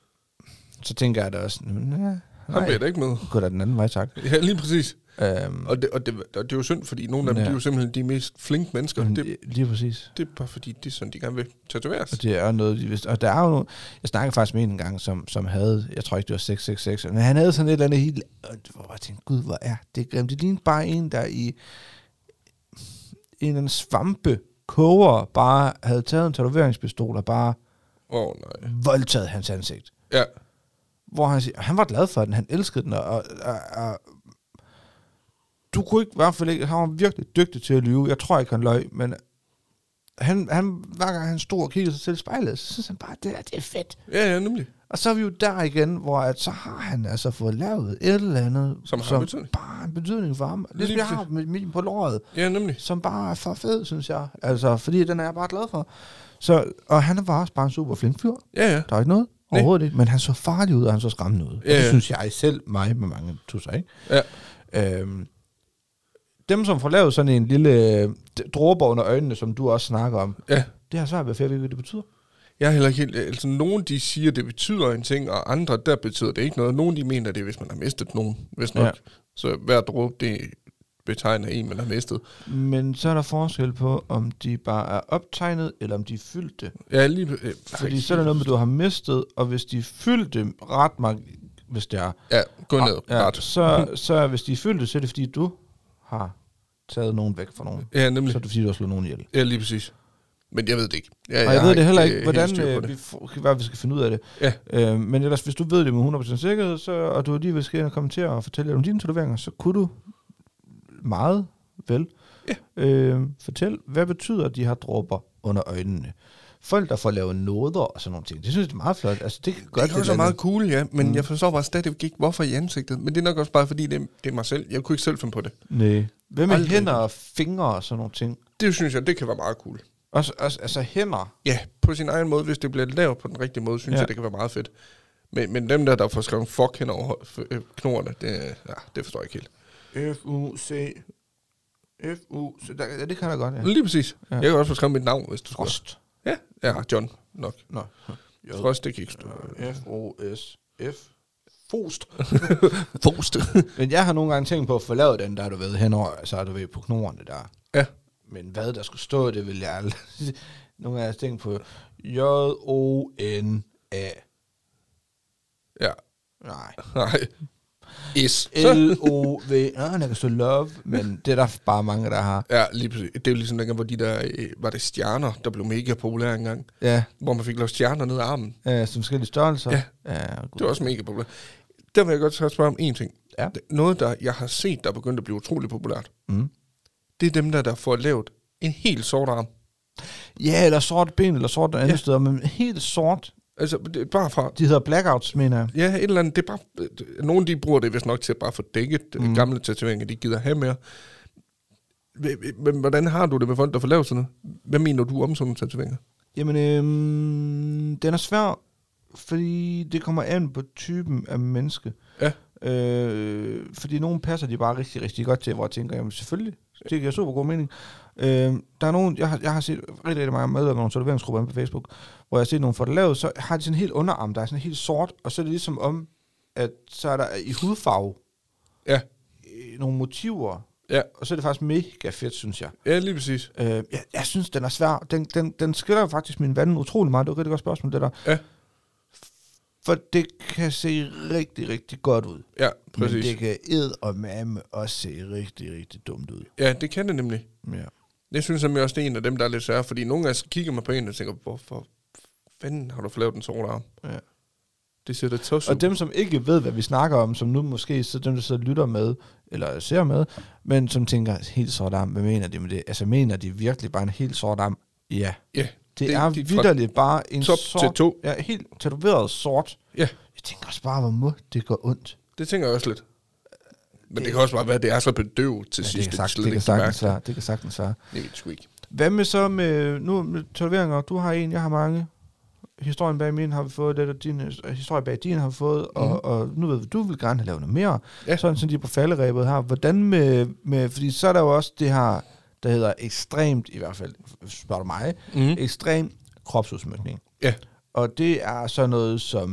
[SPEAKER 1] så tænker jeg da også, "Nå, ja,
[SPEAKER 2] Han bliver
[SPEAKER 1] nej,
[SPEAKER 2] da ikke med.
[SPEAKER 1] gå da den anden vej, tak.
[SPEAKER 2] Ja, lige præcis.
[SPEAKER 1] Øhm,
[SPEAKER 2] Og det, og, det, og det er jo synd, fordi nogle af dem, ja.
[SPEAKER 1] Ja. Mm.
[SPEAKER 2] de er jo simpelthen de mest flinke mennesker.
[SPEAKER 1] men
[SPEAKER 2] Det,
[SPEAKER 1] Øhm, lige præcis.
[SPEAKER 2] det er bare fordi, det er sådan, de gerne vil tatoveres.
[SPEAKER 1] Og det er noget, de vidste. Og der er jo nogle, jeg snakkede faktisk med en gang, som, som havde, jeg tror ikke, det var 666, men han havde sådan et eller andet helt, og det var- hvor jeg tænkte, gud, hvor er det grimt. Det lignede bare en, der i en eller anden svampe koger, bare havde taget en tatoveringspistol og bare
[SPEAKER 2] Åh, oh, nej.
[SPEAKER 1] voldtaget hans ansigt.
[SPEAKER 2] Ja,
[SPEAKER 1] Hvor han siger, han var glad for den, han elskede den, og, og, og, og du kunne ikke, i hvert fald ikke, han var virkelig dygtig til at lyve. Jeg tror ikke, han løj, men han, han, hver gang han stod og kiggede sig selv i spejlet, så synes han bare, det der, det er fedt.
[SPEAKER 2] ja, ja nemlig.
[SPEAKER 1] Og så er vi jo der igen, hvor at så har han altså fået lavet et eller andet,
[SPEAKER 2] Som har betydning.
[SPEAKER 1] bare har en betydning for ham. Ligesom jeg
[SPEAKER 2] Lige
[SPEAKER 1] har med min på låret,
[SPEAKER 2] Ja, nemlig.
[SPEAKER 1] som bare er for fed, synes jeg. Altså, fordi den er jeg bare glad for. Så, og han var også bare en super flink fyr.
[SPEAKER 2] Ja, ja.
[SPEAKER 1] Der er ikke noget
[SPEAKER 2] Nej.
[SPEAKER 1] overhovedet ikke, men han så farlig ud, og han så skræmmende ud.
[SPEAKER 2] Ja,
[SPEAKER 1] Ja, det
[SPEAKER 2] ja.
[SPEAKER 1] synes jeg selv, mig med mange tusser, ikke?
[SPEAKER 2] Ja.
[SPEAKER 1] Øhm, dem, som får lavet sådan en lille øh, dråber under øjnene, som du også snakker om,
[SPEAKER 2] Ja.
[SPEAKER 1] det har svært ved at finde ud af, hvad det betyder.
[SPEAKER 2] Jeg er heller ikke helt... Altså, nogen de siger, det betyder en ting, og andre, der betyder det ikke noget. Nogen de mener det, er, hvis man har mistet nogen, hvis nok. Ja. Så hver dråbe, det betegner en, man har mistet.
[SPEAKER 1] Men så er der forskel på, om de bare er optegnet, eller om de er fyldte.
[SPEAKER 2] Ja, lige... Øh,
[SPEAKER 1] Fordi så er der noget med, du har mistet, og hvis de er fyldte, ret mig, hvis det er.
[SPEAKER 2] Ja, gå ned.
[SPEAKER 1] Ja,
[SPEAKER 2] ret.
[SPEAKER 1] så, så hvis de er fyldte, så er det fordi, du har taget nogen væk fra nogen.
[SPEAKER 2] Ja,
[SPEAKER 1] Så
[SPEAKER 2] nemlig.
[SPEAKER 1] er det fordi, du har slået nogen ihjel.
[SPEAKER 2] Ja, lige præcis. Men jeg ved det ikke. Ja,
[SPEAKER 1] Og jeg ved
[SPEAKER 2] har
[SPEAKER 1] det heller
[SPEAKER 2] øh,
[SPEAKER 1] ikke,
[SPEAKER 2] helt
[SPEAKER 1] hvordan
[SPEAKER 2] styr på
[SPEAKER 1] øh,
[SPEAKER 2] det.
[SPEAKER 1] vi, får, hvad vi skal finde ud af det.
[SPEAKER 2] Ja.
[SPEAKER 1] Øh, men ellers, hvis du ved det med 100% sikkerhed, så, og du lige vil skrive og kommentere og fortælle lidt om dine tatoveringer, så kunne du meget vel ja. øh, fortælle, hvad betyder de her dråber under øjnene? Folk, der får lavet noder og sådan nogle ting, det synes jeg det er meget flot. Altså, det kan godt
[SPEAKER 2] Det er jo så meget cool, ja, men mm. jeg forstår bare stadigvæk ikke, hvorfor i ansigtet. Men det er nok også bare, fordi det, det er mig selv. Jeg kunne ikke selv finde på det.
[SPEAKER 1] Nej. Hvad med
[SPEAKER 2] Aldrig.
[SPEAKER 1] hænder og fingre og sådan nogle ting?
[SPEAKER 2] Det synes jeg, det kan være meget cool.
[SPEAKER 1] Også, også, altså hænder.
[SPEAKER 2] Ja, på sin egen måde, hvis det bliver lavet på den rigtige måde, synes ja.
[SPEAKER 1] Ja.
[SPEAKER 2] jeg, det kan være meget fedt. Men, men dem der, der får skrevet fuck hen over hå- øh, knoerne, det, ja, det forstår jeg ikke helt.
[SPEAKER 1] F-U-C. F-U-C. Ja, det kan jeg da godt, ja.
[SPEAKER 2] Lige præcis. Ja.
[SPEAKER 1] Ja.
[SPEAKER 2] Jeg kan også få skrevet mit navn, hvis du skulle.
[SPEAKER 1] Frost.
[SPEAKER 2] Ja, ja, John nok.
[SPEAKER 1] Nå. Jo.
[SPEAKER 2] Frost, det kan ikke stå.
[SPEAKER 1] F-O-S-F. Fost.
[SPEAKER 2] Forst.
[SPEAKER 1] Men jeg har nogle gange tænkt på at få lavet den der, du ved, henover, så er du ved på knorene der.
[SPEAKER 2] ja,
[SPEAKER 1] Men hvad der skulle stå, det vil jeg aldrig. <laughs> Nogle gange har jeg tænkt på J-O-N-A.
[SPEAKER 2] ja.
[SPEAKER 1] Nej.
[SPEAKER 2] Nej. Is. <laughs> Så.
[SPEAKER 1] L-O-V. Nå, der kan stå love, men det er der bare mange, der har.
[SPEAKER 2] Ja, lige præcis. Det er jo ligesom dengang, hvor de der, øh, var det stjerner, der blev mega populære engang.
[SPEAKER 1] Ja,
[SPEAKER 2] Hvor man fik lavet stjerner ned ad armen.
[SPEAKER 1] øh, som forskellige størrelser.
[SPEAKER 2] Ja.
[SPEAKER 1] ja
[SPEAKER 2] Det var også mega populært. Der vil jeg godt så spørge om en ting.
[SPEAKER 1] Ja.
[SPEAKER 2] Noget, der jeg har set, der er begyndt at blive utrolig populært,
[SPEAKER 1] Mm.
[SPEAKER 2] det er dem der, der får lavet en helt sort arm.
[SPEAKER 1] ja, eller sort ben, eller sort andet
[SPEAKER 2] Ja.
[SPEAKER 1] ja. steder, men helt sort.
[SPEAKER 2] Altså, det er bare fra...
[SPEAKER 1] De hedder blackouts, mener jeg.
[SPEAKER 2] Ja, et eller andet. Det er bare, nogle de bruger det vist nok til at bare få dækket mm.
[SPEAKER 1] Mm.
[SPEAKER 2] gamle tatoveringer, de gider have mere. H- h- Men hvordan har du det med folk, der får lavet sådan noget? Hvad mener du om sådan nogle tatoveringer?
[SPEAKER 1] Jamen, øhm, den er svær, fordi det kommer an på typen af menneske.
[SPEAKER 2] Ja.
[SPEAKER 1] Øh, fordi nogen passer de bare rigtig, rigtig godt til, hvor jeg tænker, jamen selvfølgelig, det giver super god mening. Øh, der er nogen, jeg har, jeg har set rigtig, rigtig mange medlemmer af nogle tatoveringsgrupper inde på Facebook, hvor jeg har set nogen få det lavet, så har de sådan en helt underarm, der er sådan helt sort, og så er det ligesom om, at så er der i hudfarve
[SPEAKER 2] Ja,
[SPEAKER 1] øh, nogle motiver,
[SPEAKER 2] Ja.
[SPEAKER 1] og så er det faktisk mega fedt, synes jeg.
[SPEAKER 2] ja lige præcis.
[SPEAKER 1] Øh, jeg, jeg synes, den er svær. Den, den, den skiller faktisk min vand utrolig meget. Det er et rigtig godt spørgsmål, det der.
[SPEAKER 2] Ja.
[SPEAKER 1] For det kan se rigtig, rigtig godt ud.
[SPEAKER 2] Ja,
[SPEAKER 1] Men
[SPEAKER 2] præcis.
[SPEAKER 1] det
[SPEAKER 2] Det...
[SPEAKER 1] kan ed og mamme også se rigtig, rigtig dumt ud.
[SPEAKER 2] Ja, det kan det nemlig.
[SPEAKER 1] Ja.
[SPEAKER 2] Jeg synes nemlig også, det er en af dem, der er lidt svære, fordi nogle gange så kigger man på en og tænker, hvorfor fanden har du fået lavet en sort arm?
[SPEAKER 1] Ja.
[SPEAKER 2] Det ser da tosset
[SPEAKER 1] Og
[SPEAKER 2] ud.
[SPEAKER 1] dem, som ikke ved, hvad vi snakker om, som nu måske så dem, der så lytter med, eller ser med, men som tænker, helt sort arm, hvad mener de med det? Altså, mener de virkelig bare en helt sort arm? Ja.
[SPEAKER 2] Ja,
[SPEAKER 1] Det,
[SPEAKER 2] Det-
[SPEAKER 1] det er
[SPEAKER 2] det er fra
[SPEAKER 1] vidderligt bare en
[SPEAKER 2] top
[SPEAKER 1] sort...
[SPEAKER 2] til to.
[SPEAKER 1] Ja, helt tatoveret sort.
[SPEAKER 2] Ja.
[SPEAKER 1] Jeg tænker også bare, hvor må det går ondt.
[SPEAKER 2] det tænker jeg også lidt. Men det, det kan også bare være, at det er så bedøvet til ja, sidst.
[SPEAKER 1] det, kan
[SPEAKER 2] slet
[SPEAKER 1] sagtens, det
[SPEAKER 2] ikke
[SPEAKER 1] kan sagtens
[SPEAKER 2] mærke
[SPEAKER 1] være. Det kan sagtens være.
[SPEAKER 2] Det ved jeg sgu ikke.
[SPEAKER 1] Hvad med så med, nu med tatoveringer, du har en, jeg har mange. Historien bag min har vi fået lidt, og din øh, historie bag din har vi fået, og,
[SPEAKER 2] Mhm.
[SPEAKER 1] mm. og nu ved vi, du vil gerne have lavet noget mere,
[SPEAKER 2] Ja.
[SPEAKER 1] ja. sådan som de er på falderæbet her. Hvordan med, med, fordi så er der jo også det her, der hedder ekstremt, i hvert fald spørger du mig,
[SPEAKER 2] Mm.
[SPEAKER 1] ekstrem kropsudsmytning.
[SPEAKER 2] Ja.
[SPEAKER 1] Og det er sådan noget som,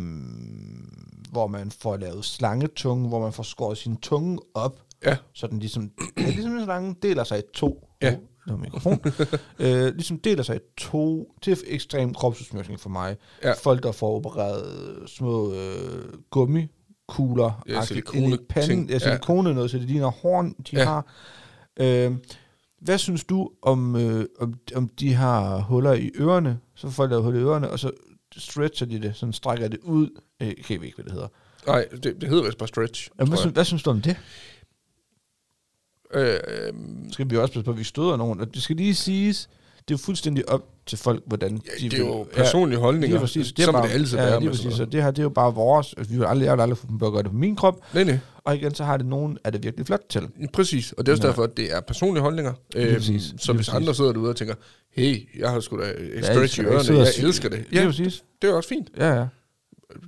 [SPEAKER 1] hvor man får lavet slangetunge, hvor man får skåret sin tunge op,
[SPEAKER 2] Ja.
[SPEAKER 1] så den ligesom, ja, ligesom en slange deler sig i to.
[SPEAKER 2] Ja.
[SPEAKER 1] Oh,
[SPEAKER 2] <laughs>
[SPEAKER 1] mikrofon. øh, ligesom deler sig i to. Det er ekstrem kropsudsmykning for mig.
[SPEAKER 2] Ja.
[SPEAKER 1] Folk, der får opereret små øh, gummikugler.
[SPEAKER 2] Ja, silikone-
[SPEAKER 1] ind i panden.
[SPEAKER 2] ting. Ja.
[SPEAKER 1] Ja, silikone noget, så det ligner horn, de
[SPEAKER 2] Ja.
[SPEAKER 1] ja. har. Øh, hvad synes du om, øh, om, om de har huller i ørerne? Så får folk lavet huller i ørerne, og så stretcher de det, sådan strækker det ud. Øh, jeg ved ikke, hvad det hedder.
[SPEAKER 2] Nej, det, det hedder vist bare stretch.
[SPEAKER 1] Jamen,
[SPEAKER 2] tror
[SPEAKER 1] hvad,
[SPEAKER 2] jeg.
[SPEAKER 1] synes, hvad synes du om det?
[SPEAKER 2] Øh, øhm,
[SPEAKER 1] skal vi også passe på, at vi støder nogen. Og det skal lige siges, det er jo fuldstændig op til folk, hvordan de
[SPEAKER 2] ja, det er
[SPEAKER 1] vil-
[SPEAKER 2] jo personlige ja, holdninger.
[SPEAKER 1] lige præcis.
[SPEAKER 2] Det er bare, det altid
[SPEAKER 1] ja,
[SPEAKER 2] være
[SPEAKER 1] lige
[SPEAKER 2] med sådan
[SPEAKER 1] præcis. Så
[SPEAKER 2] noget.
[SPEAKER 1] det her, det er jo bare vores. Altså, vi vil aldrig, jeg vil aldrig få dem på at gøre det på min krop.
[SPEAKER 2] Nej, nej.
[SPEAKER 1] Og igen, så har det nogen, er det virkelig flot til.
[SPEAKER 2] Præcis, og det er også
[SPEAKER 1] Ja.
[SPEAKER 2] derfor, at det er personlige holdninger. Øhm,
[SPEAKER 1] Lige præcis.
[SPEAKER 2] så
[SPEAKER 1] Lige
[SPEAKER 2] hvis
[SPEAKER 1] præcis.
[SPEAKER 2] andre sidder derude og tænker, hey, jeg har sgu da et
[SPEAKER 1] jeg
[SPEAKER 2] stretch i
[SPEAKER 1] elsker det. Jeg
[SPEAKER 2] ørerne,
[SPEAKER 1] sidder
[SPEAKER 2] jeg
[SPEAKER 1] og-
[SPEAKER 2] elsker det.
[SPEAKER 1] Ja.
[SPEAKER 2] Ja,
[SPEAKER 1] Lige præcis.
[SPEAKER 2] det er også fint.
[SPEAKER 1] Ja, ja.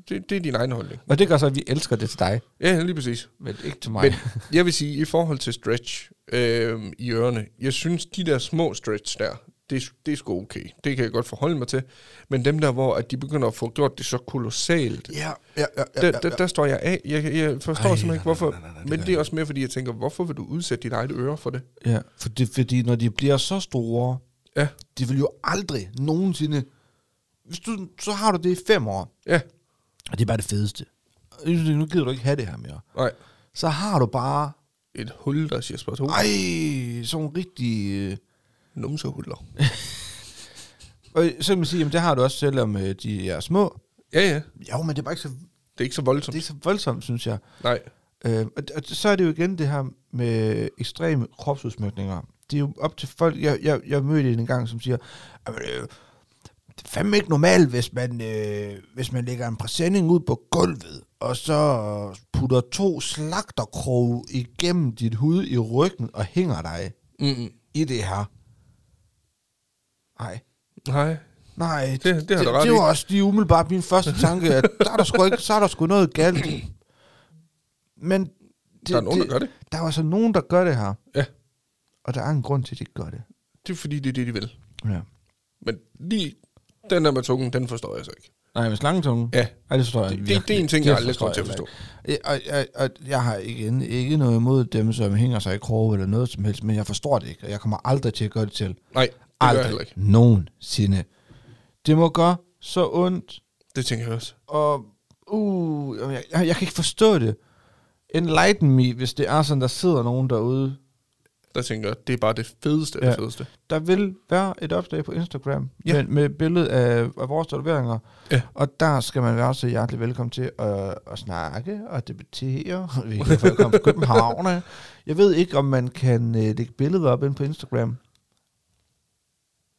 [SPEAKER 2] Det, det er din egen holdning.
[SPEAKER 1] Og det gør så, at vi elsker det til dig,
[SPEAKER 2] Ja, lige præcis.
[SPEAKER 1] men ikke til mig.
[SPEAKER 2] Men jeg vil sige, i forhold til stretch øh, i ørerne, jeg synes, de der små stretch der, det, er- det er sgu okay. Det kan jeg godt forholde mig til. Men dem der, hvor at de begynder at få gjort det så kolossalt,
[SPEAKER 1] ja, ja, ja,
[SPEAKER 2] der, der, der står jeg af. Jeg, jeg forstår
[SPEAKER 1] Ej,
[SPEAKER 2] Ej, simpelthen ikke, hvorfor.
[SPEAKER 1] nej, nej, nej, nej, det
[SPEAKER 2] Men
[SPEAKER 1] gør
[SPEAKER 2] det er også mere, fordi jeg tænker, hvorfor vil du udsætte dit eget øre for det?
[SPEAKER 1] ja. For det, fordi når de bliver så store,
[SPEAKER 2] Ja,
[SPEAKER 1] de vil jo aldrig nogensinde... Hvis du, så har du det i fem år,
[SPEAKER 2] ja,
[SPEAKER 1] og det er bare det fedeste. Og jeg synes, Nu gider du ikke have det her mere.
[SPEAKER 2] nej.
[SPEAKER 1] Så har du bare
[SPEAKER 2] Et hul, der siger spørgsmål. Nej.
[SPEAKER 1] Ej, sådan en rigtig... Øh,
[SPEAKER 2] Numsehuller.
[SPEAKER 1] og så kan man sige, jamen, det har du også, selvom øh, de er små.
[SPEAKER 2] Ja, ja.
[SPEAKER 1] Jo, men det er bare ikke så, det
[SPEAKER 2] Det er ikke så voldsomt.
[SPEAKER 1] er ikke så voldsomt, synes jeg.
[SPEAKER 2] Nej.
[SPEAKER 1] Øh, og, og så er det jo igen det her med ekstreme kropsudsmykninger. Det er jo op til folk. Jeg, jeg, jeg mødte en engang, som siger, "Jamen, øh, det er fandme ikke normalt, hvis man, øh, hvis man lægger en præsending ud på gulvet, og så putter to slagterkroge igennem dit hud i ryggen og hænger dig
[SPEAKER 2] Mm-mm.
[SPEAKER 1] i det her. Nej.
[SPEAKER 2] Nej.
[SPEAKER 1] Nej, det,
[SPEAKER 2] det har du ret
[SPEAKER 1] det
[SPEAKER 2] i.
[SPEAKER 1] var også lige umiddelbart min første tanke, at så er der sgu, ikke, så er der sgu noget galt. Men det,
[SPEAKER 2] Der er nogen, der gør det.
[SPEAKER 1] Der er altså nogen, der gør det her,
[SPEAKER 2] Ja.
[SPEAKER 1] og der er en grund til, at de ikke gør det.
[SPEAKER 2] Det er fordi, det er det, de vil.
[SPEAKER 1] Ja.
[SPEAKER 2] Men lige den der med tungen, den forstår jeg så ikke.
[SPEAKER 1] Nej, med slangetunge?
[SPEAKER 2] Ja.
[SPEAKER 1] Ej, det forstår jeg
[SPEAKER 2] Det, det,
[SPEAKER 1] virkelig
[SPEAKER 2] det er en
[SPEAKER 1] ikke.
[SPEAKER 2] ting, jeg aldrig
[SPEAKER 1] forstår
[SPEAKER 2] kommer til at
[SPEAKER 1] heller
[SPEAKER 2] forstå.
[SPEAKER 1] ikke. Og, og, og, jeg har igen ikke noget imod dem, som hænger sig i kroge eller noget som helst, men jeg forstår det ikke, og jeg kommer aldrig til at gøre det til.
[SPEAKER 2] Nej, det gør jeg
[SPEAKER 1] Aldrig.
[SPEAKER 2] heller ikke.
[SPEAKER 1] Nogensinde. Det må gøre så ondt,
[SPEAKER 2] Det tænker jeg også.
[SPEAKER 1] og uh, jamen, jeg, jeg, jeg kan ikke forstå det. Enlighten me, hvis det er sådan, der sidder nogen derude.
[SPEAKER 2] Der tænker jeg, det er bare det fedeste af
[SPEAKER 1] Ja.
[SPEAKER 2] det fedeste.
[SPEAKER 1] Der vil være et opslag på Instagram
[SPEAKER 2] Ja.
[SPEAKER 1] ja. med, med et billede af, af vores tatoveringer,
[SPEAKER 2] Ja.
[SPEAKER 1] og der skal man være så hjertelig velkommen til at, at snakke og debattere. Vi kan få komme fra København. af. Jeg ved ikke, om man kan øh, lægge billeder op ind på Instagram.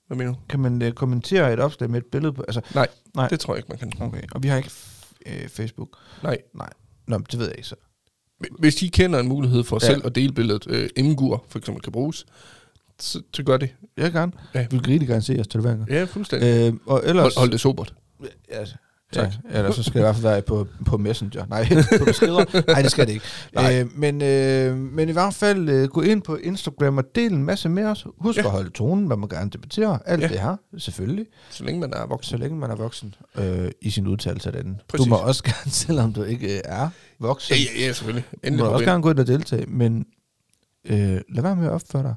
[SPEAKER 2] Hvad mener du?
[SPEAKER 1] Kan man øh, kommentere et opslag med et billede på? Altså,
[SPEAKER 2] Nej,
[SPEAKER 1] Nej.
[SPEAKER 2] det tror jeg ikke, man kan.
[SPEAKER 1] okay. Og vi har ikke f- øh, Facebook.
[SPEAKER 2] Nej.
[SPEAKER 1] Nej. Nå, men det ved jeg ikke så.
[SPEAKER 2] Hvis de kender en mulighed for
[SPEAKER 1] Ja.
[SPEAKER 2] selv at dele billedet, øh, Imgur for eksempel kan bruges, så, så gør det.
[SPEAKER 1] Jeg vil gerne.
[SPEAKER 2] Ja.
[SPEAKER 1] Jeg vil rigtig gerne se jeres tatoveringer.
[SPEAKER 2] Ja, fuldstændig.
[SPEAKER 1] Øh, og ellers...
[SPEAKER 2] Hold, hold det sobert.
[SPEAKER 1] Ja,
[SPEAKER 2] Tak.
[SPEAKER 1] tak. Ja, eller så skal det i hvert fald være på, på Messenger. Nej, <laughs> på beskeder. Nej, det skal det ikke.
[SPEAKER 2] <laughs> Nej.
[SPEAKER 1] Øh, men, øh, men i hvert fald øh, gå ind på Instagram og del en masse med os. Husk
[SPEAKER 2] Ja.
[SPEAKER 1] ja. at holde tonen, man må gerne debattere. Alt
[SPEAKER 2] Ja.
[SPEAKER 1] ja. det her, selvfølgelig.
[SPEAKER 2] Så længe man er voksen.
[SPEAKER 1] Så længe man er voksen øh, i sin udtalelse af den. Du
[SPEAKER 2] Præcis.
[SPEAKER 1] må også <laughs> gerne, selvom du ikke øh, er voksen,
[SPEAKER 2] Ja,
[SPEAKER 1] ja,
[SPEAKER 2] ja, ja selvfølgelig.
[SPEAKER 1] du
[SPEAKER 2] Endelig
[SPEAKER 1] må
[SPEAKER 2] på
[SPEAKER 1] også
[SPEAKER 2] banen.
[SPEAKER 1] gerne gå ind og deltage. Men øh, lad være med at opføre dig.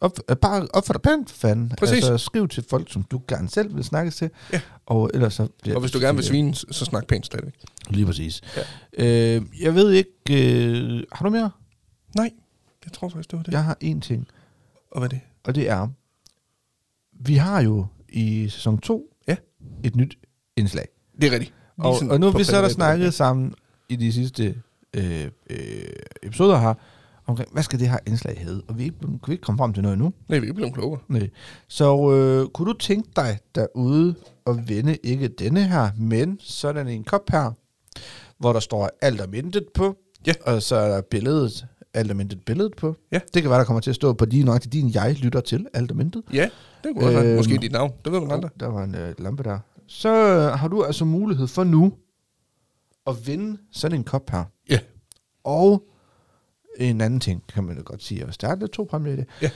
[SPEAKER 1] Op, øh, bare opføre dig pænt, for fanden.
[SPEAKER 2] Præcis.
[SPEAKER 1] Altså, skriv til folk, som du gerne selv vil snakke til.
[SPEAKER 2] Ja.
[SPEAKER 1] Og ellers så bliver
[SPEAKER 2] Og hvis du
[SPEAKER 1] det
[SPEAKER 2] gerne vil
[SPEAKER 1] selvfølgelig-
[SPEAKER 2] svine, så så snak pænt stadigvæk.
[SPEAKER 1] Lige præcis.
[SPEAKER 2] Ja.
[SPEAKER 1] Ja. Øh, jeg ved ikke... Øh, har du mere?
[SPEAKER 2] Nej, jeg tror faktisk, det var det.
[SPEAKER 1] Jeg har én ting,
[SPEAKER 2] Og hvad er det?
[SPEAKER 1] og det er... Vi har jo i sæson 2
[SPEAKER 2] Ja.
[SPEAKER 1] et nyt indslag.
[SPEAKER 2] Det er rigtigt.
[SPEAKER 1] Og, og nu har vi så der snakket
[SPEAKER 2] snakket.
[SPEAKER 1] sammen i de sidste øh, øh, episoder her, omkring, hvad skal det her indslag hedde? Og vi er ikke, blevet- kan vi ikke komme frem til noget endnu.
[SPEAKER 2] Nej, vi er blevet klogere.
[SPEAKER 1] Nej. Så øh, kunne du tænke dig derude at vende ikke denne her, men sådan en kop her, hvor der står alt om intet på,
[SPEAKER 2] Ja.
[SPEAKER 1] og så er der billedet alt er mintet billedet på.
[SPEAKER 2] Ja.
[SPEAKER 1] Det kan være, der kommer til at stå på lige nøjagtigt din jeg lytter til, alt er mintet.
[SPEAKER 2] Ja, det kunne også være.
[SPEAKER 1] Øhm.
[SPEAKER 2] Måske dit navn. Det ved man aldrig.
[SPEAKER 1] Der var en øh, lampe der. Så øh, har du altså mulighed for nu at vinde sådan en kop her.
[SPEAKER 2] Ja.
[SPEAKER 1] Og en anden ting, kan man jo godt sige, hvis der er lidt to præmier i det.
[SPEAKER 2] Ja.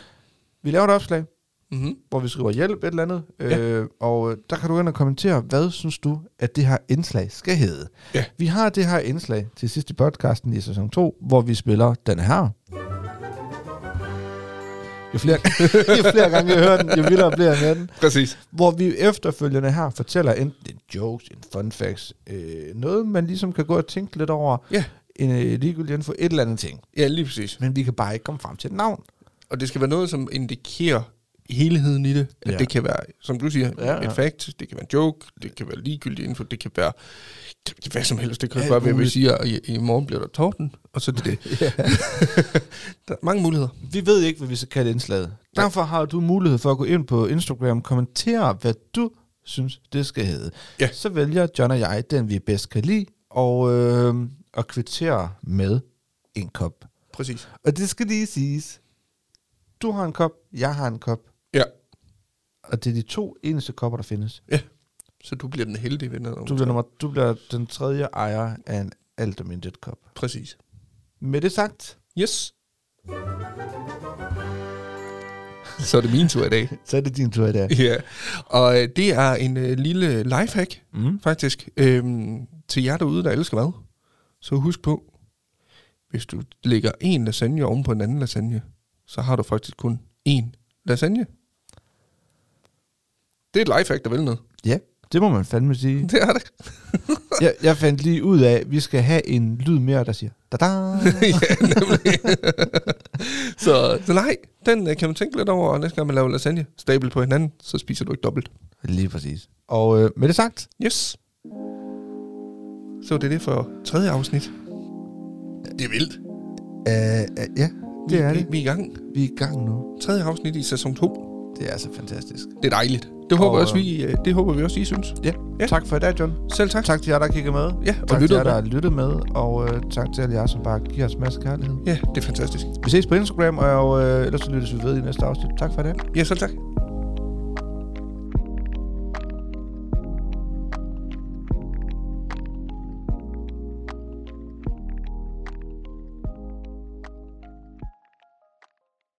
[SPEAKER 1] Vi laver et opslag,
[SPEAKER 2] Mm-hmm.
[SPEAKER 1] hvor vi skriver hjælp et eller andet,
[SPEAKER 2] Ja.
[SPEAKER 1] øh, og øh, der kan du gå ind og kommentere, hvad synes du, at det her indslag skal hedde.
[SPEAKER 2] Ja.
[SPEAKER 1] Vi har det her indslag til sidst i podcasten i sæson 2, hvor vi spiller den her. Jo <laughs> flere, jo flere gange jeg hører den, jo vildere bliver jeg med den.
[SPEAKER 2] Præcis.
[SPEAKER 1] Hvor vi efterfølgende her fortæller enten en jokes, en fun facts, øh, noget man ligesom kan gå og tænke lidt over,
[SPEAKER 2] Ja.
[SPEAKER 1] en øh, ligegyldig info, et eller andet ting.
[SPEAKER 2] Ja, lige præcis.
[SPEAKER 1] Men vi kan bare ikke komme frem til et navn.
[SPEAKER 2] Og det skal være noget, som indikerer helheden i det. At
[SPEAKER 1] Ja.
[SPEAKER 2] ja. det kan være, som du siger,
[SPEAKER 1] Ja,
[SPEAKER 2] ja,
[SPEAKER 1] ja.
[SPEAKER 2] ja. et fact, det kan være en joke, det kan være ligegyldig info, det kan være det kan være hvad som helst. Det kan
[SPEAKER 1] Alt
[SPEAKER 2] ja, bare være, at vi
[SPEAKER 1] muligt.
[SPEAKER 2] siger, at i, i morgen bliver der torden, og så er
[SPEAKER 1] <laughs>
[SPEAKER 2] det det. <laughs> der er mange muligheder.
[SPEAKER 1] Vi ved ikke, hvad vi skal kalde indslaget. Derfor har du mulighed for at gå ind på Instagram og kommentere, hvad du synes, det skal hedde.
[SPEAKER 2] Ja.
[SPEAKER 1] Så vælger John og jeg den, vi bedst kan lide, og, øh, og kvitterer med en kop.
[SPEAKER 2] Præcis.
[SPEAKER 1] Og det skal lige siges. Du har en kop, jeg har en kop,
[SPEAKER 2] Ja.
[SPEAKER 1] og det er de to eneste kopper, der findes.
[SPEAKER 2] ja. Så du bliver den heldige vinder.
[SPEAKER 1] Du bliver, nummer, du bliver den tredje ejer af en alt kop.
[SPEAKER 2] Præcis.
[SPEAKER 1] Med det sagt,
[SPEAKER 2] Yes. Så er det min tur i
[SPEAKER 1] <laughs>
[SPEAKER 2] dag.
[SPEAKER 1] så er det din tur i dag.
[SPEAKER 2] Ja, og øh, det er en øh, lille lifehack,
[SPEAKER 1] Mm.
[SPEAKER 2] mm. faktisk, øhm, til jer derude, der elsker mad. Så husk på, hvis du lægger en lasagne oven på en anden lasagne, så har du faktisk kun én lasagne. Det er et lifehack, der vil noget.
[SPEAKER 1] Ja, det må man fandme sige.
[SPEAKER 2] <laughs> Det er det.
[SPEAKER 1] jeg, jeg fandt lige ud af, at vi skal have en lyd mere, der siger da
[SPEAKER 2] ja, nemlig. <laughs> så, så nej, den øh, kan man tænke lidt over, og næste gang man laver lasagne, stabel på hinanden, så spiser du ikke dobbelt.
[SPEAKER 1] Lige præcis. Og øh, med det sagt,
[SPEAKER 2] Yes. Så det er det for tredje afsnit. Det er vildt.
[SPEAKER 1] øh, øh, ja, det
[SPEAKER 2] vi,
[SPEAKER 1] er
[SPEAKER 2] vi,
[SPEAKER 1] det.
[SPEAKER 2] Vi er i gang.
[SPEAKER 1] Vi er i gang nu.
[SPEAKER 2] Tredje afsnit i sæson 2.
[SPEAKER 1] Det er så fantastisk.
[SPEAKER 2] Det er dejligt. Det håber,
[SPEAKER 1] Og,
[SPEAKER 2] også, vi, øh, det håber vi også, I synes.
[SPEAKER 1] Ja, ja.
[SPEAKER 2] Ja.
[SPEAKER 1] tak for i dag, John.
[SPEAKER 2] Selv tak.
[SPEAKER 1] Tak til jer, der kigger med.
[SPEAKER 2] Ja, og
[SPEAKER 1] tak til
[SPEAKER 2] lyttede
[SPEAKER 1] jer, der har
[SPEAKER 2] med.
[SPEAKER 1] lyttet med. Og øh, tak til alle jer, som bare giver os masser af kærlighed.
[SPEAKER 2] Ja, det er fantastisk.
[SPEAKER 1] Vi ses på Instagram, og øh, ellers så lyttes vi ved i næste afsnit. Tak for i dag.
[SPEAKER 2] Ja, selv tak.